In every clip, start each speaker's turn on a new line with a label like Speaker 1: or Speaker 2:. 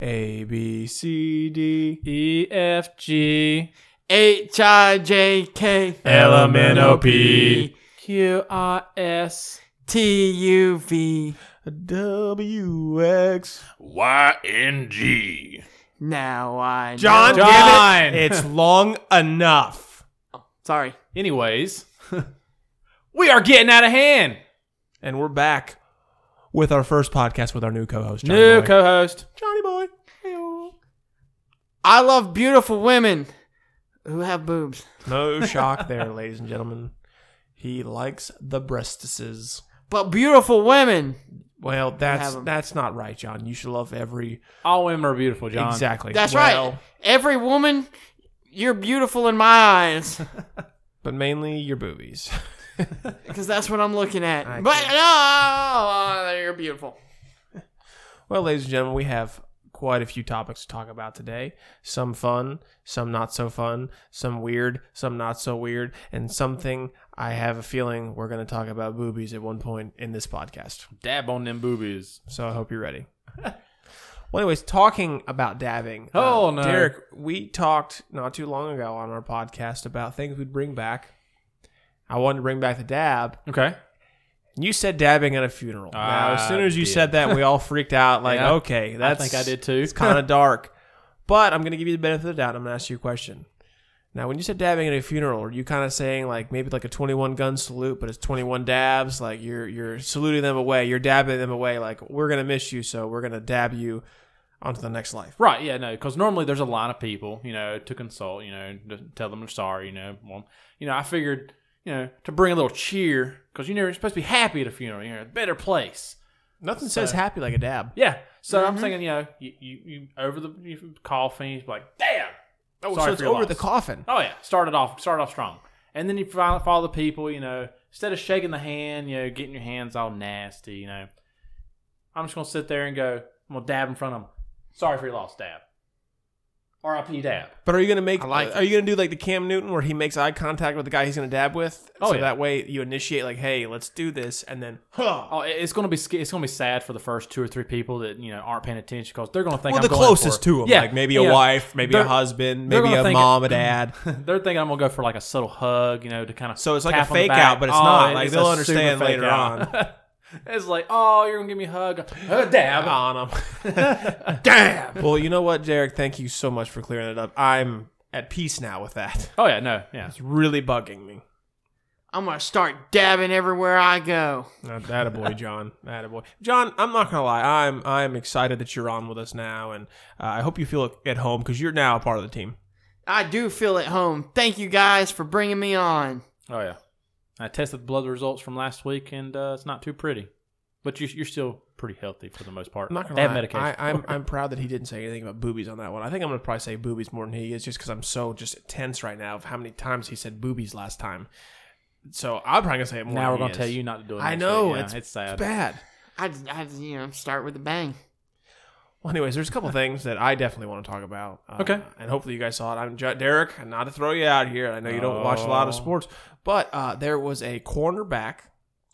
Speaker 1: A B C D
Speaker 2: E F G
Speaker 3: H I J K
Speaker 1: L M N O P
Speaker 2: Q R S
Speaker 3: T U V.
Speaker 1: W X.
Speaker 4: YNG.
Speaker 3: Now I.
Speaker 1: John,
Speaker 3: know.
Speaker 1: damn
Speaker 2: John!
Speaker 1: it! It's long enough.
Speaker 3: Sorry.
Speaker 2: Anyways, we are getting out of hand.
Speaker 1: And we're back with our first podcast with our new co-host, Johnny
Speaker 2: New
Speaker 1: Boy.
Speaker 2: co-host.
Speaker 1: Johnny Boy.
Speaker 3: I love beautiful women who have boobs.
Speaker 1: No shock there, ladies and gentlemen. He likes the breastises.
Speaker 3: But beautiful women.
Speaker 1: Well, that's
Speaker 3: have 'em.
Speaker 1: that's not right, John. You should love every
Speaker 2: All women are beautiful, John.
Speaker 1: exactly.
Speaker 3: That's
Speaker 1: Well,
Speaker 3: right. Every woman, you're beautiful in my eyes.
Speaker 1: but mainly your boobies.
Speaker 3: Because that's what I'm looking at.
Speaker 1: I
Speaker 3: but no, you're beautiful.
Speaker 1: Well, ladies and gentlemen, we have quite a few topics to talk about today. Some fun, some not so fun, some weird, some not so weird, and something I have a feeling we're going to talk about boobies at one point in this podcast.
Speaker 2: Dab on them boobies.
Speaker 1: So I hope you're ready. well, anyways, talking about dabbing. uh,
Speaker 2: Oh, no.
Speaker 1: Derek, we talked not too long ago on our podcast about things we'd bring back. I wanted to bring back the dab.
Speaker 2: Okay.
Speaker 1: You said dabbing at a funeral. now, as
Speaker 2: I
Speaker 1: soon as you
Speaker 2: did.
Speaker 1: said that, we all freaked out. Like,
Speaker 2: Yeah.
Speaker 1: okay, that's
Speaker 2: I think I did too.
Speaker 1: it's kind of dark. But I'm going to give you the benefit of the doubt. and I'm going to ask you a question. Now, when you said dabbing at a funeral, are you kind of saying like maybe like a 21 gun salute, but it's 21 dabs? Like you're you're saluting them away, you're dabbing them away. Like we're gonna miss you, so we're gonna dab you onto the next life.
Speaker 2: Right, yeah, no, because normally there's a line of people, you know, to consult, you know, to tell them they're sorry, you know. Well, you know, I figured, you know, to bring a little cheer, because you know, you're supposed to be happy at a funeral, you know, a better place.
Speaker 1: Nothing says happy like a dab.
Speaker 2: Yeah, so I'm thinking, you know, you, you, you over the you coffin, he's like, damn!
Speaker 1: Oh,
Speaker 2: Sorry
Speaker 1: so it's
Speaker 2: for your
Speaker 1: over
Speaker 2: loss.
Speaker 1: the coffin.
Speaker 2: Oh, yeah, started off, started off strong. And then you follow, follow the people, you know, instead of shaking the hand, you know, getting your hands all nasty, you know, I'm just going to sit there and go, I'm going to dab in front of them. Sorry for your loss, dab. RIP dab.
Speaker 1: But are you gonna make?
Speaker 3: I like
Speaker 1: are you gonna do like the Cam Newton where he makes eye contact with the guy he's gonna dab with?
Speaker 2: Oh,
Speaker 1: so
Speaker 2: yeah.
Speaker 1: that way you initiate like, hey, let's do this, and then huh.
Speaker 2: Oh, it- it's gonna be sca- it's gonna be sad for the first two or three people that you know aren't paying attention because they're gonna
Speaker 1: well,
Speaker 2: think I'm
Speaker 1: the
Speaker 2: going
Speaker 1: closest
Speaker 2: for,
Speaker 1: to him,
Speaker 2: Yeah,
Speaker 1: like maybe
Speaker 2: yeah.
Speaker 1: a wife, maybe a
Speaker 2: They're-
Speaker 1: husband,
Speaker 2: they're
Speaker 1: maybe
Speaker 2: gonna
Speaker 1: a
Speaker 2: think-
Speaker 1: mom, a dad.
Speaker 2: They're thinking I'm gonna go for like a subtle hug, you know, to kind of
Speaker 1: So it's like a fake out,
Speaker 2: Oh,
Speaker 1: but Oh, it's not. Like, they'll understand later
Speaker 2: it's like, oh, you're gonna give me a hug, a dab.
Speaker 1: on him. Damn. Well, you know what, Derek? Thank you so much for clearing it up. I'm at peace now with that.
Speaker 2: Oh yeah, no, yeah.
Speaker 1: It's really bugging me.
Speaker 3: I'm going to start dabbing everywhere I go.
Speaker 1: That a boy, John. That a boy, John. I'm not gonna lie. I'm I'm excited that you're on with us now, and uh, I hope you feel at home because you're now a part of the team.
Speaker 3: I do feel at home. Thank you guys for bringing me on.
Speaker 2: Oh yeah. I tested the blood results from last week, and uh, it's not too pretty. But you, you're still pretty healthy for the most part.
Speaker 1: I'm not gonna
Speaker 2: they have
Speaker 1: lie.
Speaker 2: medication.
Speaker 1: I, I'm I'm proud that he didn't say anything about boobies on that one. I think I'm gonna probably say boobies more than he is, just because I'm so just tense right now of how many times he said boobies last time. So I'm probably gonna say it more. than
Speaker 2: now we're
Speaker 1: he
Speaker 2: gonna
Speaker 1: is.
Speaker 2: tell you not to do it.
Speaker 1: I
Speaker 2: next
Speaker 1: know
Speaker 2: week. Yeah,
Speaker 1: it's,
Speaker 2: it's sad.
Speaker 1: It's bad.
Speaker 3: I, I you know, start with a bang.
Speaker 1: Well, anyways, there's a couple things that I definitely want to talk about. Uh,
Speaker 2: Okay.
Speaker 1: And hopefully you guys saw it. I'm J- Derek, and not to throw you out here. I know you don't watch a lot of
Speaker 2: Oh.
Speaker 1: sports, but uh, there was a cornerback,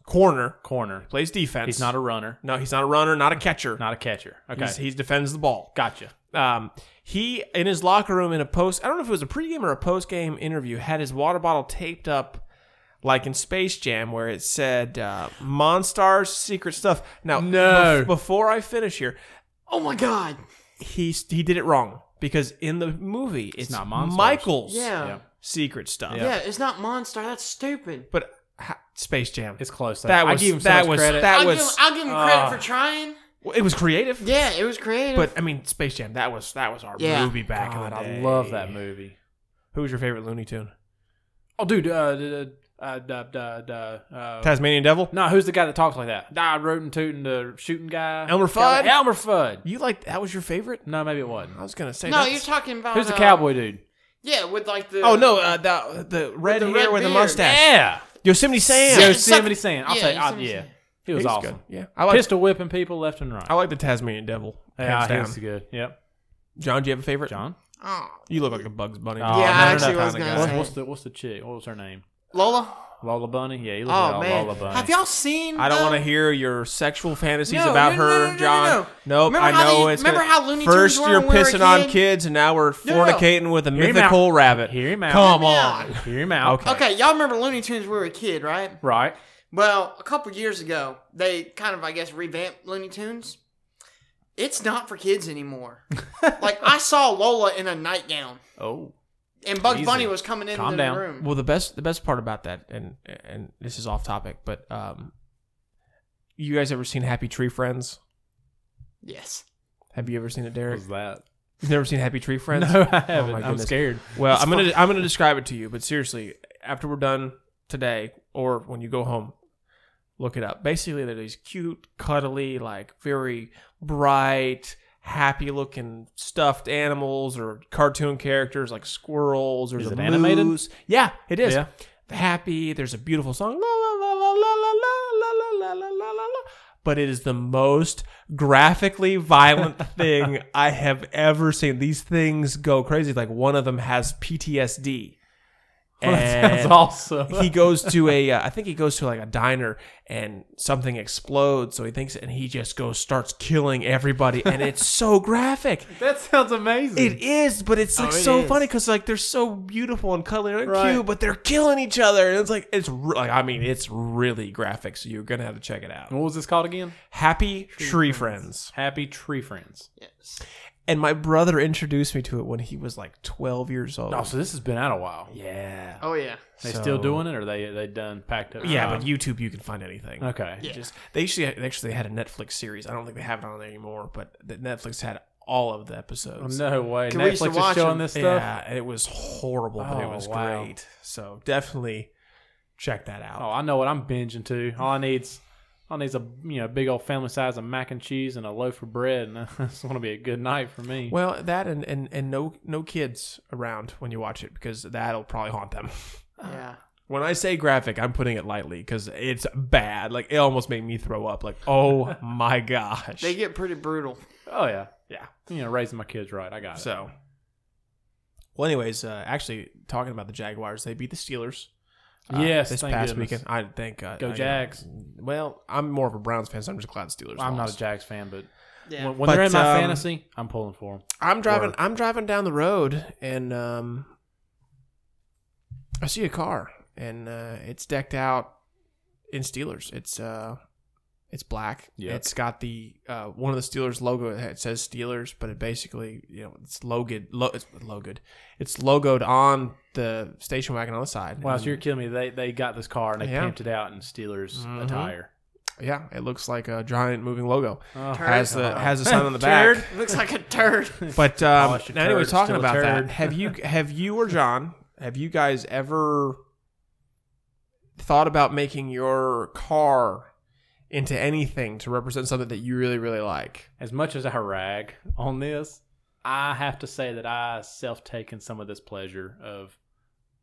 Speaker 1: corner
Speaker 2: Corner.
Speaker 1: plays defense.
Speaker 2: He's not a runner,
Speaker 1: no, he's not a runner, not a catcher.
Speaker 2: not a catcher. Okay,
Speaker 1: He's, he defends the ball.
Speaker 2: gotcha.
Speaker 1: Um, he in his locker room in a post. I don't know if it was a pregame or a postgame interview. Had his water bottle taped up, like in Space Jam, where it said uh, "Monstar's secret stuff." Now,
Speaker 2: No.
Speaker 1: bef- before I finish here,
Speaker 3: Oh my god.
Speaker 1: he he did it wrong because in the movie it's,
Speaker 2: not Monstars.
Speaker 1: Michael's
Speaker 3: Yeah.
Speaker 2: Yeah.
Speaker 3: yeah.
Speaker 1: secret stuff.
Speaker 2: Yeah.
Speaker 3: it's not Monstar. That's stupid.
Speaker 1: But ha- Space Jam.
Speaker 2: It's close. Though.
Speaker 1: that
Speaker 2: I
Speaker 1: was
Speaker 2: give him so
Speaker 1: that
Speaker 2: much
Speaker 1: was
Speaker 2: credit.
Speaker 1: that
Speaker 3: I'll,
Speaker 1: was
Speaker 3: give him, I'll give
Speaker 2: Ah.
Speaker 3: him credit
Speaker 1: uh,
Speaker 3: for trying.
Speaker 1: well, it was creative.
Speaker 3: Yeah, it was creative.
Speaker 1: But I mean, Space Jam. That was that was our
Speaker 3: Yeah.
Speaker 1: movie back in
Speaker 2: God,
Speaker 1: the day.
Speaker 2: I love that movie.
Speaker 1: Who was your favorite Looney Tune?
Speaker 2: Oh, dude, uh, d- uh, duh, duh, duh, uh,
Speaker 1: Tasmanian Devil.
Speaker 2: no, who's the guy that talks like that? Nah, rootin' tootin' the shooting guy.
Speaker 1: Elmer Fudd? Uh,
Speaker 2: Elmer Fudd.
Speaker 1: You like that was your favorite?
Speaker 2: No, maybe it wasn't.
Speaker 1: I was gonna say.
Speaker 3: no,
Speaker 1: that's-
Speaker 3: you're talking about
Speaker 2: Who's the
Speaker 3: uh,
Speaker 2: cowboy dude?
Speaker 3: Yeah, with like the
Speaker 1: Oh no, uh, the the red Eh.
Speaker 3: the
Speaker 1: hair
Speaker 3: red
Speaker 1: with the
Speaker 3: beard.
Speaker 1: mustache.
Speaker 2: Yeah,
Speaker 1: Yosemite Sam.
Speaker 3: Yeah,
Speaker 2: Yosemite
Speaker 3: suck-
Speaker 2: Sam. I'll
Speaker 3: yeah,
Speaker 2: say, I,
Speaker 3: Yosemite
Speaker 2: yeah,
Speaker 3: Sam.
Speaker 2: he was
Speaker 1: He's
Speaker 2: awesome.
Speaker 1: good. Yeah, I like
Speaker 2: Pistol whipping people left and right.
Speaker 1: I like the Tasmanian Devil.
Speaker 2: yeah,
Speaker 1: hands
Speaker 2: he
Speaker 1: down.
Speaker 2: was good. Yep,
Speaker 1: John, do you have a favorite?
Speaker 2: John.
Speaker 3: Oh.
Speaker 1: You look like a Bugs Bunny.
Speaker 3: Yeah, I
Speaker 2: Oh, no, no, no,
Speaker 3: actually
Speaker 2: no,
Speaker 3: was
Speaker 2: kinda
Speaker 3: gonna
Speaker 2: guy.
Speaker 3: say.
Speaker 2: What's the what's the chick? What was her name?
Speaker 3: Lola?
Speaker 2: Lola Bunny? Yeah, he looks
Speaker 3: Oh
Speaker 2: like a
Speaker 3: man,
Speaker 2: Lola Bunny.
Speaker 3: have y'all seen?
Speaker 1: I don't
Speaker 3: um,
Speaker 1: want to hear your sexual fantasies
Speaker 3: no,
Speaker 1: about
Speaker 3: no, no,
Speaker 1: her,
Speaker 3: no, no, no,
Speaker 1: John.
Speaker 3: no.
Speaker 1: Nope,
Speaker 3: Remember
Speaker 1: I
Speaker 3: how
Speaker 1: know
Speaker 3: these-
Speaker 1: it's.
Speaker 3: remember
Speaker 1: gonna-
Speaker 3: how Looney Tunes
Speaker 1: First
Speaker 3: were
Speaker 1: you're
Speaker 3: when we were a
Speaker 1: pissing on
Speaker 3: kid?
Speaker 1: kids, and now we're
Speaker 3: No, no, no.
Speaker 1: fornicating with a
Speaker 2: Hear him
Speaker 1: mythical
Speaker 2: out.
Speaker 1: rabbit.
Speaker 2: Hear him out.
Speaker 1: Come
Speaker 3: Hear me out.
Speaker 1: on.
Speaker 2: Hear him out.
Speaker 1: Okay.
Speaker 3: Okay, y'all remember Looney Tunes? when We were a kid, right?
Speaker 2: Right.
Speaker 3: Well, a couple years ago, they kind of, I guess, revamped Looney Tunes. It's not for kids anymore. like I saw Lola in a nightgown,
Speaker 2: Oh.
Speaker 3: and Bugs
Speaker 2: Easy.
Speaker 3: Bunny was coming into
Speaker 2: Calm
Speaker 3: the
Speaker 2: down.
Speaker 3: room.
Speaker 1: Well, the best the best part about that, and and this is off topic, but um, you guys ever seen Happy Tree Friends?
Speaker 3: yes.
Speaker 1: Have you ever seen it, Derek?
Speaker 2: What was that?
Speaker 1: You've never seen Happy Tree Friends? Oh,
Speaker 2: No, I haven't.
Speaker 1: my
Speaker 2: I'm
Speaker 1: goodness.
Speaker 2: scared.
Speaker 1: Well, I'm gonna I'm gonna describe it to you, but seriously, after we're done today or when you go home, look it up. Basically, they're these cute, cuddly, like very bright, happy looking stuffed animals or cartoon characters like squirrels. There's
Speaker 2: Is
Speaker 1: a
Speaker 2: it animated?
Speaker 1: moose. Yeah, it is.
Speaker 2: Yeah.
Speaker 1: Happy. There's a beautiful song. La la la la la la la la la la la la la. But it is the most graphically violent thing I have ever seen. These things go crazy. Like one of them has PTSD.
Speaker 2: Well, that
Speaker 1: And-
Speaker 2: sounds awesome.
Speaker 1: he goes to a uh, I think he goes to like a diner and something explodes so he thinks and he just goes starts killing everybody and it's so graphic
Speaker 2: that sounds amazing.
Speaker 1: it is but it's like
Speaker 3: Oh, it
Speaker 1: so
Speaker 3: is.
Speaker 1: funny because like they're so beautiful and cuddly and
Speaker 2: Right.
Speaker 1: cute but they're killing each other and it's like it's re- like I mean it's really graphic so you're gonna have to check it out
Speaker 2: what was this called again?
Speaker 1: Happy Tree, Friends
Speaker 2: Happy Tree Friends.
Speaker 3: Yes.
Speaker 1: and my brother introduced me to it when he was like 12 years old
Speaker 2: Oh, so this has been out a while.
Speaker 1: yeah
Speaker 3: Oh yeah.
Speaker 2: They
Speaker 1: So-
Speaker 2: still doing it, or they they done packed up?
Speaker 1: yeah but YouTube you can find anything
Speaker 2: okay.
Speaker 3: Yeah.
Speaker 1: just they actually they actually had a Netflix series. I don't think they have it on there anymore, but the Netflix had all of the
Speaker 2: Oh,
Speaker 1: episodes.
Speaker 2: no way.
Speaker 3: Can we used to
Speaker 2: Netflix is
Speaker 3: watch
Speaker 2: showing
Speaker 3: them.
Speaker 2: this stuff.
Speaker 1: yeah, and it was horrible, but it
Speaker 2: Oh,
Speaker 1: was
Speaker 2: wow.
Speaker 1: great. So definitely check that out.
Speaker 2: Oh, I know what I'm binging to. All I needs, all I needs a you know big old family size of mac and cheese and a loaf of bread, and that's going to be a good night for me.
Speaker 1: Well, that and, and and no no kids around when you watch it because that'll probably haunt them.
Speaker 3: Yeah.
Speaker 1: When I say graphic, I'm putting it lightly because it's bad. Like it almost made me throw up. Like oh my gosh.
Speaker 3: They get pretty brutal.
Speaker 2: oh yeah,
Speaker 1: Yeah.
Speaker 2: You know, raising my kids right. I got it.
Speaker 1: So, well, anyways, uh, actually talking about the Jaguars, they beat the Steelers. uh,
Speaker 2: Yes,
Speaker 1: this
Speaker 2: thank
Speaker 1: past
Speaker 2: goodness.
Speaker 1: weekend. I thank God.
Speaker 2: Go
Speaker 1: I- uh,
Speaker 2: Jags.
Speaker 1: Well, I'm more of a Browns fan, so I'm just glad the Steelers.
Speaker 2: I'm not a
Speaker 1: lost.
Speaker 2: Jags fan, but
Speaker 3: Yeah.
Speaker 2: when, when
Speaker 1: But,
Speaker 2: they're in my
Speaker 1: um,
Speaker 2: fantasy, I'm pulling for them.
Speaker 1: I'm driving. I'm driving down the road, and um, I see a car, and uh, it's decked out in Steelers. It's uh, it's black.
Speaker 2: Yuck.
Speaker 1: It's got the uh, one of the Steelers logo. It says Steelers, but it basically you know it's logoed. Lo- it's logoed. It's logoed on the station wagon on the side.
Speaker 2: Wow,
Speaker 1: And-
Speaker 2: so you're killing me. They they got this car and they
Speaker 1: Yeah.
Speaker 2: pimped it out in Steelers
Speaker 1: Mhm.
Speaker 2: attire.
Speaker 1: yeah, it looks like a giant moving logo.
Speaker 2: Oh,
Speaker 3: Turd.
Speaker 1: Has the has the sign on the back.
Speaker 2: Turd.
Speaker 3: Looks like a turd.
Speaker 1: But um,
Speaker 2: Polish a
Speaker 1: now anyway,
Speaker 2: turd,
Speaker 1: talking
Speaker 2: still a
Speaker 1: about that,
Speaker 2: turd.
Speaker 1: have you have you or John have you guys ever thought about making your car into anything to represent something that you really really like?
Speaker 2: as much as I rag on this, I have to say that I self taken some of this pleasure of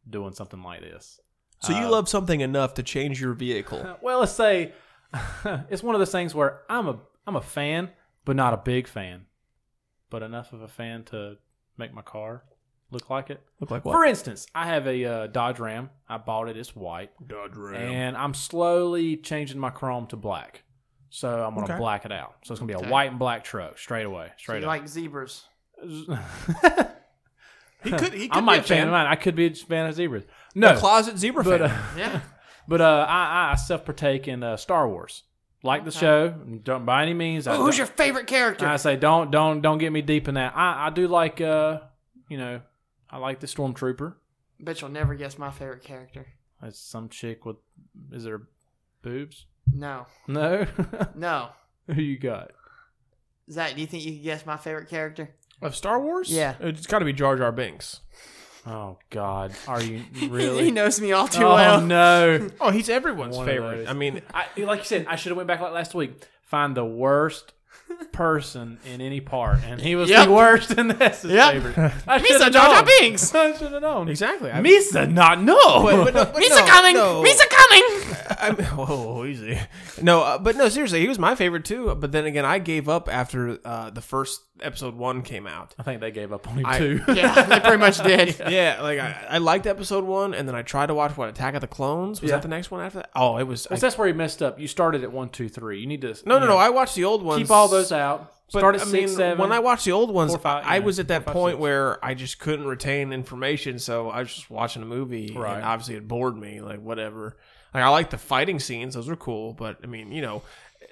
Speaker 2: doing something like this.
Speaker 1: So you
Speaker 2: Uh,
Speaker 1: love something enough to change your vehicle.
Speaker 2: Well, let's say it's one of those things where I'm a I'm a fan, but not a big fan, but enough of a fan to make my car look like it.
Speaker 1: Look like
Speaker 2: For instance, I have a uh, Dodge Ram. I bought it. It's white.
Speaker 1: Dodge
Speaker 2: and I'm slowly changing my chrome to black. So I'm gonna
Speaker 1: Okay.
Speaker 2: black it out. So it's gonna be
Speaker 3: Okay.
Speaker 2: a white and black truck straight away,
Speaker 3: So
Speaker 2: straight
Speaker 3: you
Speaker 2: up.
Speaker 3: like zebras.
Speaker 1: He could. He could
Speaker 2: I might
Speaker 1: be
Speaker 2: change
Speaker 1: a fan.
Speaker 2: my mind. I could be a fan of zebras. No,
Speaker 1: A closet zebra
Speaker 2: but
Speaker 1: fan.
Speaker 2: uh,
Speaker 3: Yeah.
Speaker 2: but uh, I, I self partake in uh, Star Wars, like the
Speaker 3: Okay.
Speaker 2: show. Don't by any means. I
Speaker 3: Who- who's
Speaker 2: don't-
Speaker 3: your favorite character?
Speaker 2: I say don't don't don't get me deep in that. I I do like uh you know I like the stormtrooper.
Speaker 3: Bet you'll never guess my favorite character.
Speaker 2: It's some chick with is there boobs?
Speaker 3: No.
Speaker 2: No,
Speaker 3: No.
Speaker 2: who you got?
Speaker 3: Zach, do you think you could guess my favorite character?
Speaker 1: of Star Wars.
Speaker 3: Yeah.
Speaker 1: it's got to be Jar Jar Binks.
Speaker 2: Oh God, are you
Speaker 3: He,
Speaker 2: really?
Speaker 3: knows me all too
Speaker 2: oh
Speaker 3: well.
Speaker 2: no!
Speaker 1: Oh, he's everyone's
Speaker 2: One of
Speaker 1: favorite.
Speaker 2: those.
Speaker 1: I mean,
Speaker 2: I, like you said, I should have went back like last week. Find the worst person in any part, and he was
Speaker 3: Yep.
Speaker 2: the worst, and that's his
Speaker 3: Yep.
Speaker 2: favorite. I
Speaker 3: Misa Jar
Speaker 2: should've
Speaker 3: Jar
Speaker 2: known.
Speaker 3: Binks.
Speaker 2: I should have known.
Speaker 1: exactly. I
Speaker 2: Misa, not no.
Speaker 1: But- but no- but
Speaker 3: Misa
Speaker 1: no,
Speaker 3: coming!
Speaker 1: no.
Speaker 3: Misa coming!
Speaker 1: I'm, oh, easy. No, uh, but no, seriously, he was my favorite too. But then again, I gave up after uh, the first episode one came out.
Speaker 2: I think they gave up on him
Speaker 1: I-
Speaker 2: too.
Speaker 3: Yeah, they pretty much did.
Speaker 1: Yeah, like I, I liked episode one, and then I tried to watch what Attack of the Clones. Was
Speaker 2: Yeah.
Speaker 1: that the next one after that? Oh, it was. I-
Speaker 2: Well, that's where he messed up. You started at one, two, three. You need to
Speaker 1: no, no,
Speaker 2: you
Speaker 1: no.
Speaker 2: know,
Speaker 1: I watched the old ones.
Speaker 2: keep all those out.
Speaker 1: But,
Speaker 2: Start at
Speaker 1: I
Speaker 2: six,
Speaker 1: mean,
Speaker 2: seven.
Speaker 1: When I watched the old ones,
Speaker 2: four, five,
Speaker 1: I
Speaker 2: yeah,
Speaker 1: was at that
Speaker 2: four, five,
Speaker 1: point
Speaker 2: six.
Speaker 1: where I just couldn't retain information, so I was just watching a movie.
Speaker 2: Right.
Speaker 1: And obviously, it bored me. Like whatever. Like I like the fighting scenes; those were cool. But I mean, you know,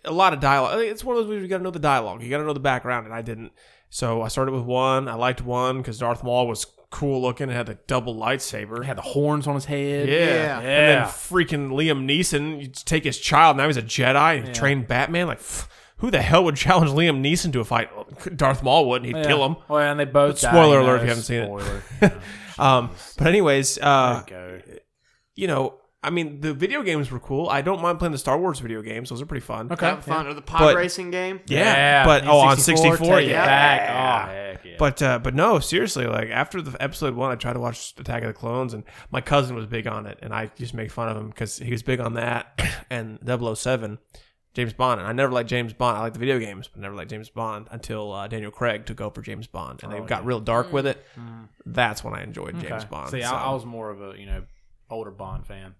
Speaker 1: a lot of dialogue. I think It's one of those movies you got to know the dialogue. You got to know the background, and I didn't. So I started with one. I liked one because Darth Maul was cool looking and had the double lightsaber.
Speaker 2: had the horns on his head.
Speaker 1: Yeah.
Speaker 3: Yeah.
Speaker 1: And then
Speaker 2: Yeah.
Speaker 1: freaking Liam Neeson, you take his child, now he's a Jedi and train Batman. Like, pff, who the hell would challenge Liam Neeson to a fight? Darth Maul would, and he'd
Speaker 2: Yeah.
Speaker 1: kill him.
Speaker 2: Well, and they both.
Speaker 1: But
Speaker 2: died,
Speaker 1: spoiler
Speaker 2: know,
Speaker 1: alert if you haven't seen it.
Speaker 2: spoiler.
Speaker 1: Um, but, anyways, uh,
Speaker 2: Go.
Speaker 1: you know, I mean, the video games were cool. I don't mind playing the Star Wars video games, those are pretty fun.
Speaker 2: Okay.
Speaker 3: That was fun. Or the pod
Speaker 1: But-
Speaker 3: racing game.
Speaker 1: Yeah. But, oh, on 64,
Speaker 2: take it
Speaker 1: yeah.
Speaker 2: Back. Oh, heck yeah.
Speaker 1: But uh, but no, seriously, like after the episode one, I tried to watch Attack of the Clones, and my cousin was big on it, and I just make fun of him because he was big on that and 007, James Bond. And I never liked James Bond. I liked the video games, but never liked James Bond until uh, Daniel Craig took over James Bond, and they got real dark with it. That's when I enjoyed James
Speaker 2: Oh, Okay.
Speaker 1: Bond.
Speaker 2: See,
Speaker 1: so.
Speaker 2: I, I was more of a you know older Bond fan.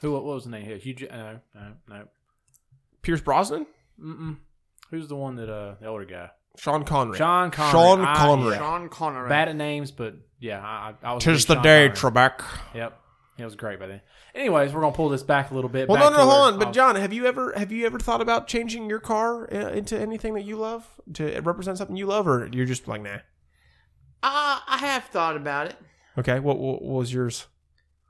Speaker 2: Who? What was the name here? Hugh? J- No, no, no.
Speaker 1: Pierce Brosnan,
Speaker 2: Mm-mm. Who's the one that uh the older guy?
Speaker 1: Sean Connery,
Speaker 2: Sean Connery.
Speaker 1: Sean
Speaker 2: I-
Speaker 1: Connery.
Speaker 2: yeah.
Speaker 3: Sean Connery.
Speaker 2: Bad at names, but yeah, I, I I was.
Speaker 1: Tis
Speaker 2: big
Speaker 1: the
Speaker 2: Sean
Speaker 1: day,
Speaker 2: Connery.
Speaker 1: Trebek.
Speaker 2: Yep, he was great by then. Anyways, we're gonna pull this back a little bit.
Speaker 1: Well,
Speaker 2: back
Speaker 1: no, no,
Speaker 2: to where-
Speaker 1: hold on.
Speaker 2: oh,
Speaker 1: But John, have you ever have you ever thought about changing your car uh, into anything that you love to represent something you love, or you're just like, nah?
Speaker 3: Uh, I have thought about it.
Speaker 1: Okay, what what, what was yours?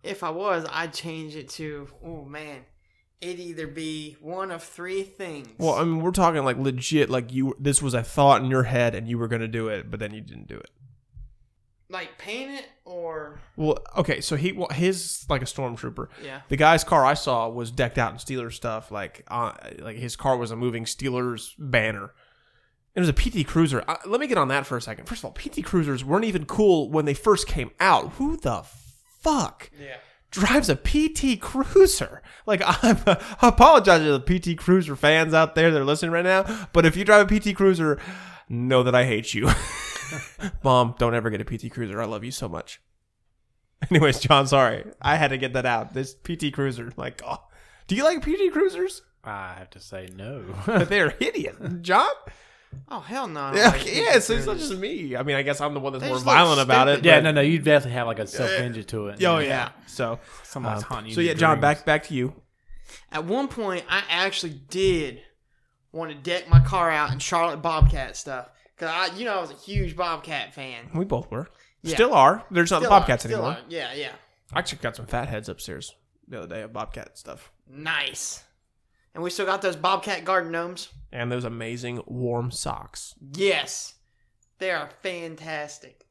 Speaker 3: If I was, I'd change it to, oh man, it'd either be one of three things.
Speaker 1: Well, I mean, we're talking like legit, like you. This was a thought in your head, and you were gonna do it, but then you didn't do it.
Speaker 3: like paint it or,
Speaker 1: Well, okay, so he wa- his like a stormtrooper.
Speaker 3: yeah.
Speaker 1: The guy's car I saw was decked out in Steelers stuff, like uh, like his car was a moving Steelers banner. It was a PT Cruiser. Uh, let me get on that for a second. First of all, PT Cruisers weren't even cool when they first came out. Who the fuck
Speaker 3: Yeah.
Speaker 1: drives a PT Cruiser? Like I'm, I apologize to the PT Cruiser fans out there that are listening right now, but if you drive a PT Cruiser, know that I hate you. Mom, don't ever get a PT Cruiser. I love you so much. Anyways, John, sorry. I had to get that out. This PT Cruiser, like, oh, do you like PT Cruisers?
Speaker 2: I have to say no.
Speaker 1: But they're hideous, John.
Speaker 3: Oh, hell no. I don't
Speaker 1: Yeah,
Speaker 3: like
Speaker 1: okay,
Speaker 3: these
Speaker 1: yeah, so it's not
Speaker 3: things.
Speaker 1: just me. I mean, I guess I'm the one that's
Speaker 3: They
Speaker 1: more
Speaker 3: just look
Speaker 1: violent about it.
Speaker 3: stupid.
Speaker 2: yeah,
Speaker 1: but-
Speaker 2: no, no. You definitely have like a self injury to it.
Speaker 1: Oh yeah. So,
Speaker 2: Somebody's
Speaker 1: uh,
Speaker 2: haunting you
Speaker 1: so
Speaker 2: in
Speaker 1: yeah,
Speaker 2: your
Speaker 1: John,
Speaker 2: dreams.
Speaker 1: back back to you.
Speaker 3: At one point, I actually did want to deck my car out in Charlotte Bobcat stuff. Cause I, you know, I was a huge Bobcat fan.
Speaker 1: We both were,
Speaker 3: Yeah.
Speaker 1: still are. There's not the
Speaker 3: Still
Speaker 1: Bobcats
Speaker 3: are, still
Speaker 1: anymore.
Speaker 3: are. Yeah, yeah.
Speaker 1: I actually got some fat heads upstairs the other day of Bobcat stuff,
Speaker 3: Nice. And we still got those Bobcat garden gnomes.
Speaker 1: and those amazing warm socks.
Speaker 3: Yes, they are fantastic.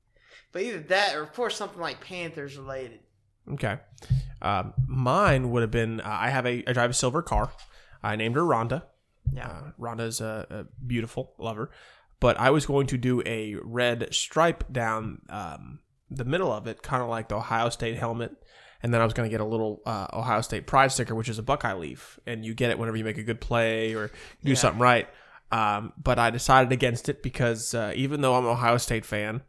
Speaker 3: But either that, or of course, something like Panthers related.
Speaker 1: Okay. Um, mine would have been uh, I have a I drive a silver car. I named her Rhonda.
Speaker 3: Yeah.
Speaker 1: Uh, Rhonda's a, a beautiful lover, but I was going to do a red stripe down um, the middle of it, kind of like the Ohio State helmet. And then I was going to get a little uh, Ohio State pride sticker, which is a Buckeye leaf, and you get it whenever you make a good play or do
Speaker 3: Yeah.
Speaker 1: something right. Um, but I decided against it because uh, even though I'm an Ohio State fan,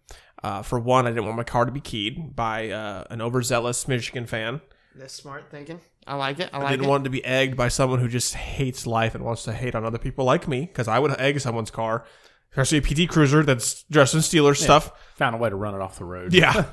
Speaker 1: uh, for one, I didn't want my car to be keyed by uh, an overzealous Michigan fan.
Speaker 3: That's smart thinking. I like it. I
Speaker 1: I
Speaker 3: like
Speaker 1: didn't
Speaker 3: it.
Speaker 1: want to be egged by someone who just hates life and wants to hate on other people like me because I would egg someone's car, especially a PT Cruiser that's dressed in Steelers stuff.
Speaker 2: Found a way to run it off the road.
Speaker 1: Yeah.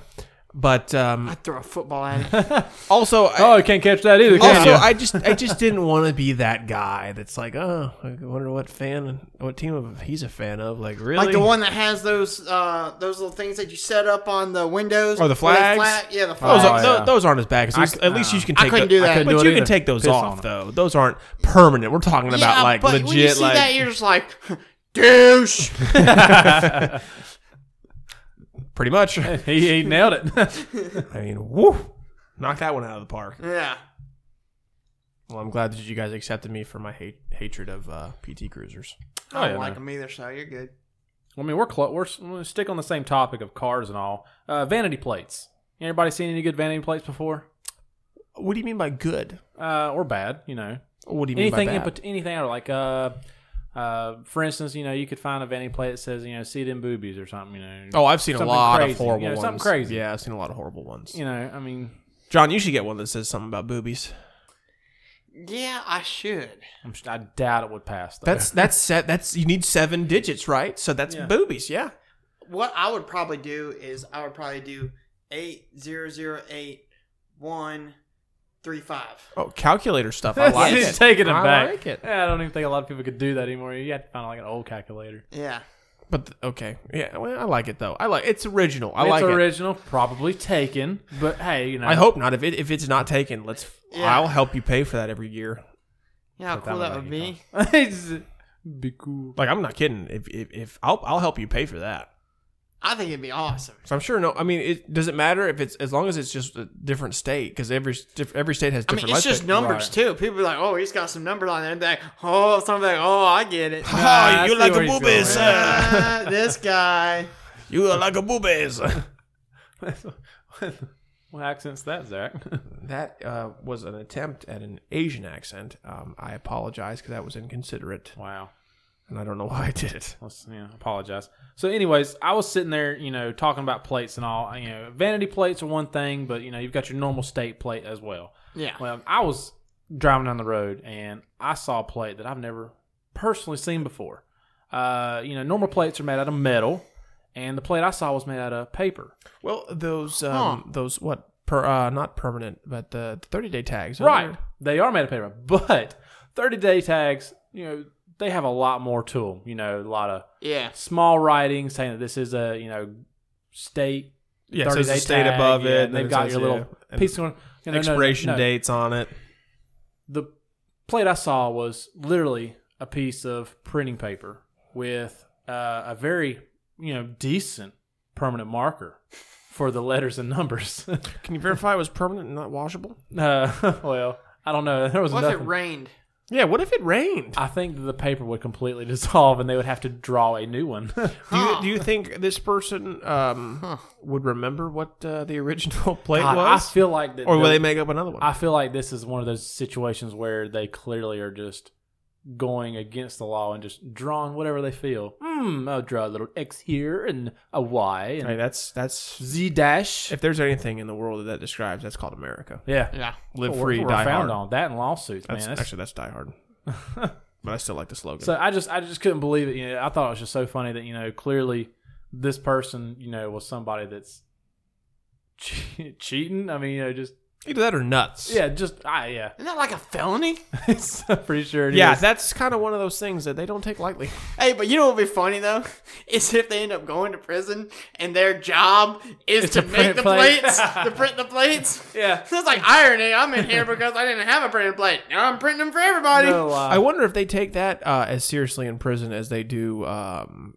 Speaker 1: But um,
Speaker 3: I'd throw a football at it.
Speaker 1: also, I,
Speaker 2: Oh, you can't catch that either. Can
Speaker 1: also
Speaker 2: you?
Speaker 1: I just I just didn't want to be that guy that's like, oh, I wonder what fan, what team of he's a fan of. Like really,
Speaker 3: like the one that has those uh, those little things that you set up on the windows.
Speaker 1: Or Oh, the
Speaker 3: where they
Speaker 1: flags?
Speaker 3: flat- yeah, the
Speaker 1: Those,
Speaker 3: flags.
Speaker 2: Oh,
Speaker 1: are,
Speaker 2: yeah.
Speaker 1: tho- those aren't as bad. 'cause at
Speaker 2: I
Speaker 1: least-
Speaker 2: c-
Speaker 1: at least you
Speaker 2: nah.
Speaker 1: can
Speaker 3: I
Speaker 1: take.
Speaker 3: couldn't
Speaker 1: the-
Speaker 3: do that.
Speaker 2: couldn't
Speaker 1: But
Speaker 2: do it
Speaker 1: you can
Speaker 2: either.
Speaker 1: take those
Speaker 2: Piss on
Speaker 1: off
Speaker 2: 'em.
Speaker 1: though. Those aren't permanent. We're talking about like
Speaker 3: but
Speaker 1: legit
Speaker 3: when you see
Speaker 1: like
Speaker 3: that, you're just like, douche.
Speaker 1: pretty much.
Speaker 2: he, he nailed it.
Speaker 1: I mean, woo, knock that one out of the park.
Speaker 3: yeah.
Speaker 1: Well, I'm glad that you guys accepted me for my hate, hatred of uh, PT Cruisers.
Speaker 2: Oh,
Speaker 3: I don't
Speaker 2: yeah,
Speaker 3: like
Speaker 2: no.
Speaker 3: them either, so you're good.
Speaker 2: I mean, we're clo- we're s- we'll stick on the same topic of cars and all. Uh, vanity plates. Anybody seen any good vanity plates before?
Speaker 1: What do you mean by good?
Speaker 2: Uh, or bad? You know,
Speaker 1: What do you mean
Speaker 2: anything
Speaker 1: by
Speaker 2: in
Speaker 1: bad?
Speaker 2: pat- anything out of like uh, Uh, for instance, you know, you could find a vanity plate that says, you know, see them boobies or something, you know.
Speaker 1: Oh, I've seen a
Speaker 2: Something
Speaker 1: lot
Speaker 2: crazy.
Speaker 1: of horrible
Speaker 2: Yeah,
Speaker 1: ones.
Speaker 2: something crazy.
Speaker 1: Yeah, I've seen a lot of horrible ones.
Speaker 2: You know, I mean,
Speaker 1: John, you should get one that says something about boobies.
Speaker 3: Yeah, I should.
Speaker 2: I'm, s- I doubt it would pass. Though.
Speaker 1: That's that's set. That's you need seven digits, right? So that's
Speaker 2: Yeah.
Speaker 1: boobies. Yeah.
Speaker 3: What I would probably do is I would probably do eight zero zero eight one three five.
Speaker 1: Oh, calculator stuff. I like
Speaker 2: He's
Speaker 1: it.
Speaker 2: taking it
Speaker 1: I
Speaker 2: back.
Speaker 1: like it.
Speaker 2: Yeah, I don't even think a lot of people could do that anymore. You have to find like an old calculator.
Speaker 3: Yeah.
Speaker 1: But th- okay, yeah, well, I like it though. I like it's original. I
Speaker 2: it's
Speaker 1: like it.
Speaker 2: original, probably taken, but hey, you know.
Speaker 1: I hope not. If it if it's not taken, let's.
Speaker 3: Yeah.
Speaker 1: I'll help you pay for that every year.
Speaker 3: Yeah, how
Speaker 2: But that
Speaker 3: cool
Speaker 2: would
Speaker 3: that
Speaker 2: make
Speaker 3: would
Speaker 2: you
Speaker 3: be.
Speaker 2: It's- be cool.
Speaker 1: Like I'm not kidding. If if, if I'll I'll help you pay for that.
Speaker 3: I think it'd be awesome.
Speaker 1: So I'm sure. No, I mean, it does it matter if it's as long as it's just a different state because every s- diff, every state has
Speaker 3: I
Speaker 1: different.
Speaker 3: mean, it's
Speaker 1: life
Speaker 3: just
Speaker 1: span.
Speaker 3: numbers
Speaker 2: Right.
Speaker 3: too. People be like, "Oh, he's got some numbers on there." And they're like, "Oh, something like, oh, I get it."
Speaker 1: Ha,
Speaker 2: Nah, I see
Speaker 1: you like a
Speaker 2: where he's
Speaker 1: boobies.
Speaker 2: going.
Speaker 1: sir.
Speaker 3: Ah, this guy.
Speaker 1: You are like a boobies.
Speaker 2: what accent's that, Zach?
Speaker 1: that uh, was an attempt at an Asian accent. Um, I apologize because that was inconsiderate,
Speaker 2: wow.
Speaker 1: and I don't know why I did it.
Speaker 2: Let's, yeah, apologize. So, anyways, I was sitting there, you know, talking about plates and all. You know, vanity plates are one thing, but you know, you've got your normal state plate as well.
Speaker 3: Yeah.
Speaker 2: Well, I was driving down the road and I saw a plate that I've never personally seen before. Uh, you know, normal plates are made out of metal, and the plate I saw was made out of paper.
Speaker 1: Well, those um, those what per uh, not permanent, but the thirty day tags. are
Speaker 2: Right,
Speaker 1: there-
Speaker 2: they are made of paper, but thirty-day tags, you know, they have a lot more to them. You know, a lot of
Speaker 3: Yeah.
Speaker 2: small writing saying that this is a you know state
Speaker 1: Yeah,
Speaker 2: 30
Speaker 1: so it's
Speaker 2: day
Speaker 1: a state
Speaker 2: tag,
Speaker 1: above it.
Speaker 2: yeah, and
Speaker 1: then it
Speaker 2: they've got
Speaker 1: says,
Speaker 2: your little
Speaker 1: yeah, and
Speaker 2: piece of you know, no, no,
Speaker 1: expiration
Speaker 2: no.
Speaker 1: dates on it.
Speaker 2: the plate I saw was literally a piece of printing paper with uh, a very you know decent permanent marker for the letters and numbers.
Speaker 1: Can you verify it was permanent and not washable?
Speaker 2: uh, well, I don't know. There was
Speaker 3: What if it
Speaker 2: nothing.
Speaker 3: rained?
Speaker 1: Yeah. What if it rained?
Speaker 2: I think that the paper would completely dissolve, and they would have to draw a new one.
Speaker 1: Do you, do you think this person um, would remember what uh, the original plate
Speaker 2: I, I
Speaker 1: was,
Speaker 2: feel like that.
Speaker 1: or will
Speaker 2: the-
Speaker 1: they make up another one?
Speaker 2: I feel like this is one of those situations where they clearly are just going against the law and just drawing whatever they feel. Hmm, I'll draw a little X here and a Y and
Speaker 1: hey, that's that's
Speaker 2: Z dash.
Speaker 1: if there's anything in the world that, that describes, that's called America.
Speaker 2: yeah.
Speaker 3: Yeah.
Speaker 1: Live
Speaker 2: Well,
Speaker 1: free,
Speaker 2: we're
Speaker 1: die
Speaker 2: found
Speaker 1: hard.
Speaker 2: on that in lawsuits,
Speaker 1: That's,
Speaker 2: man. That's-
Speaker 1: actually, that's die hard. but I still like the slogan.
Speaker 2: so I just I just couldn't believe it. You know, I thought it was just so funny that you know clearly this person you know was somebody that's che- cheating. I mean, you know, just
Speaker 1: Either that or nuts.
Speaker 2: yeah, just I yeah.
Speaker 3: Isn't that like a felony?
Speaker 2: I'm pretty sure. it
Speaker 1: Yeah,
Speaker 2: is.
Speaker 1: that's kind of one of those things that they don't take lightly.
Speaker 3: Hey, but you know what would be funny though? Is if they end up going to prison and their job is
Speaker 2: It's
Speaker 3: to
Speaker 2: to
Speaker 3: make
Speaker 2: print
Speaker 3: the
Speaker 2: plates.
Speaker 3: plates, to print the plates.
Speaker 2: yeah.
Speaker 3: It's like irony. I'm in here because I didn't have a printed plate. Now I'm printing them for everybody.
Speaker 2: No lie.
Speaker 1: I wonder if they take that uh, as seriously in prison as they do um,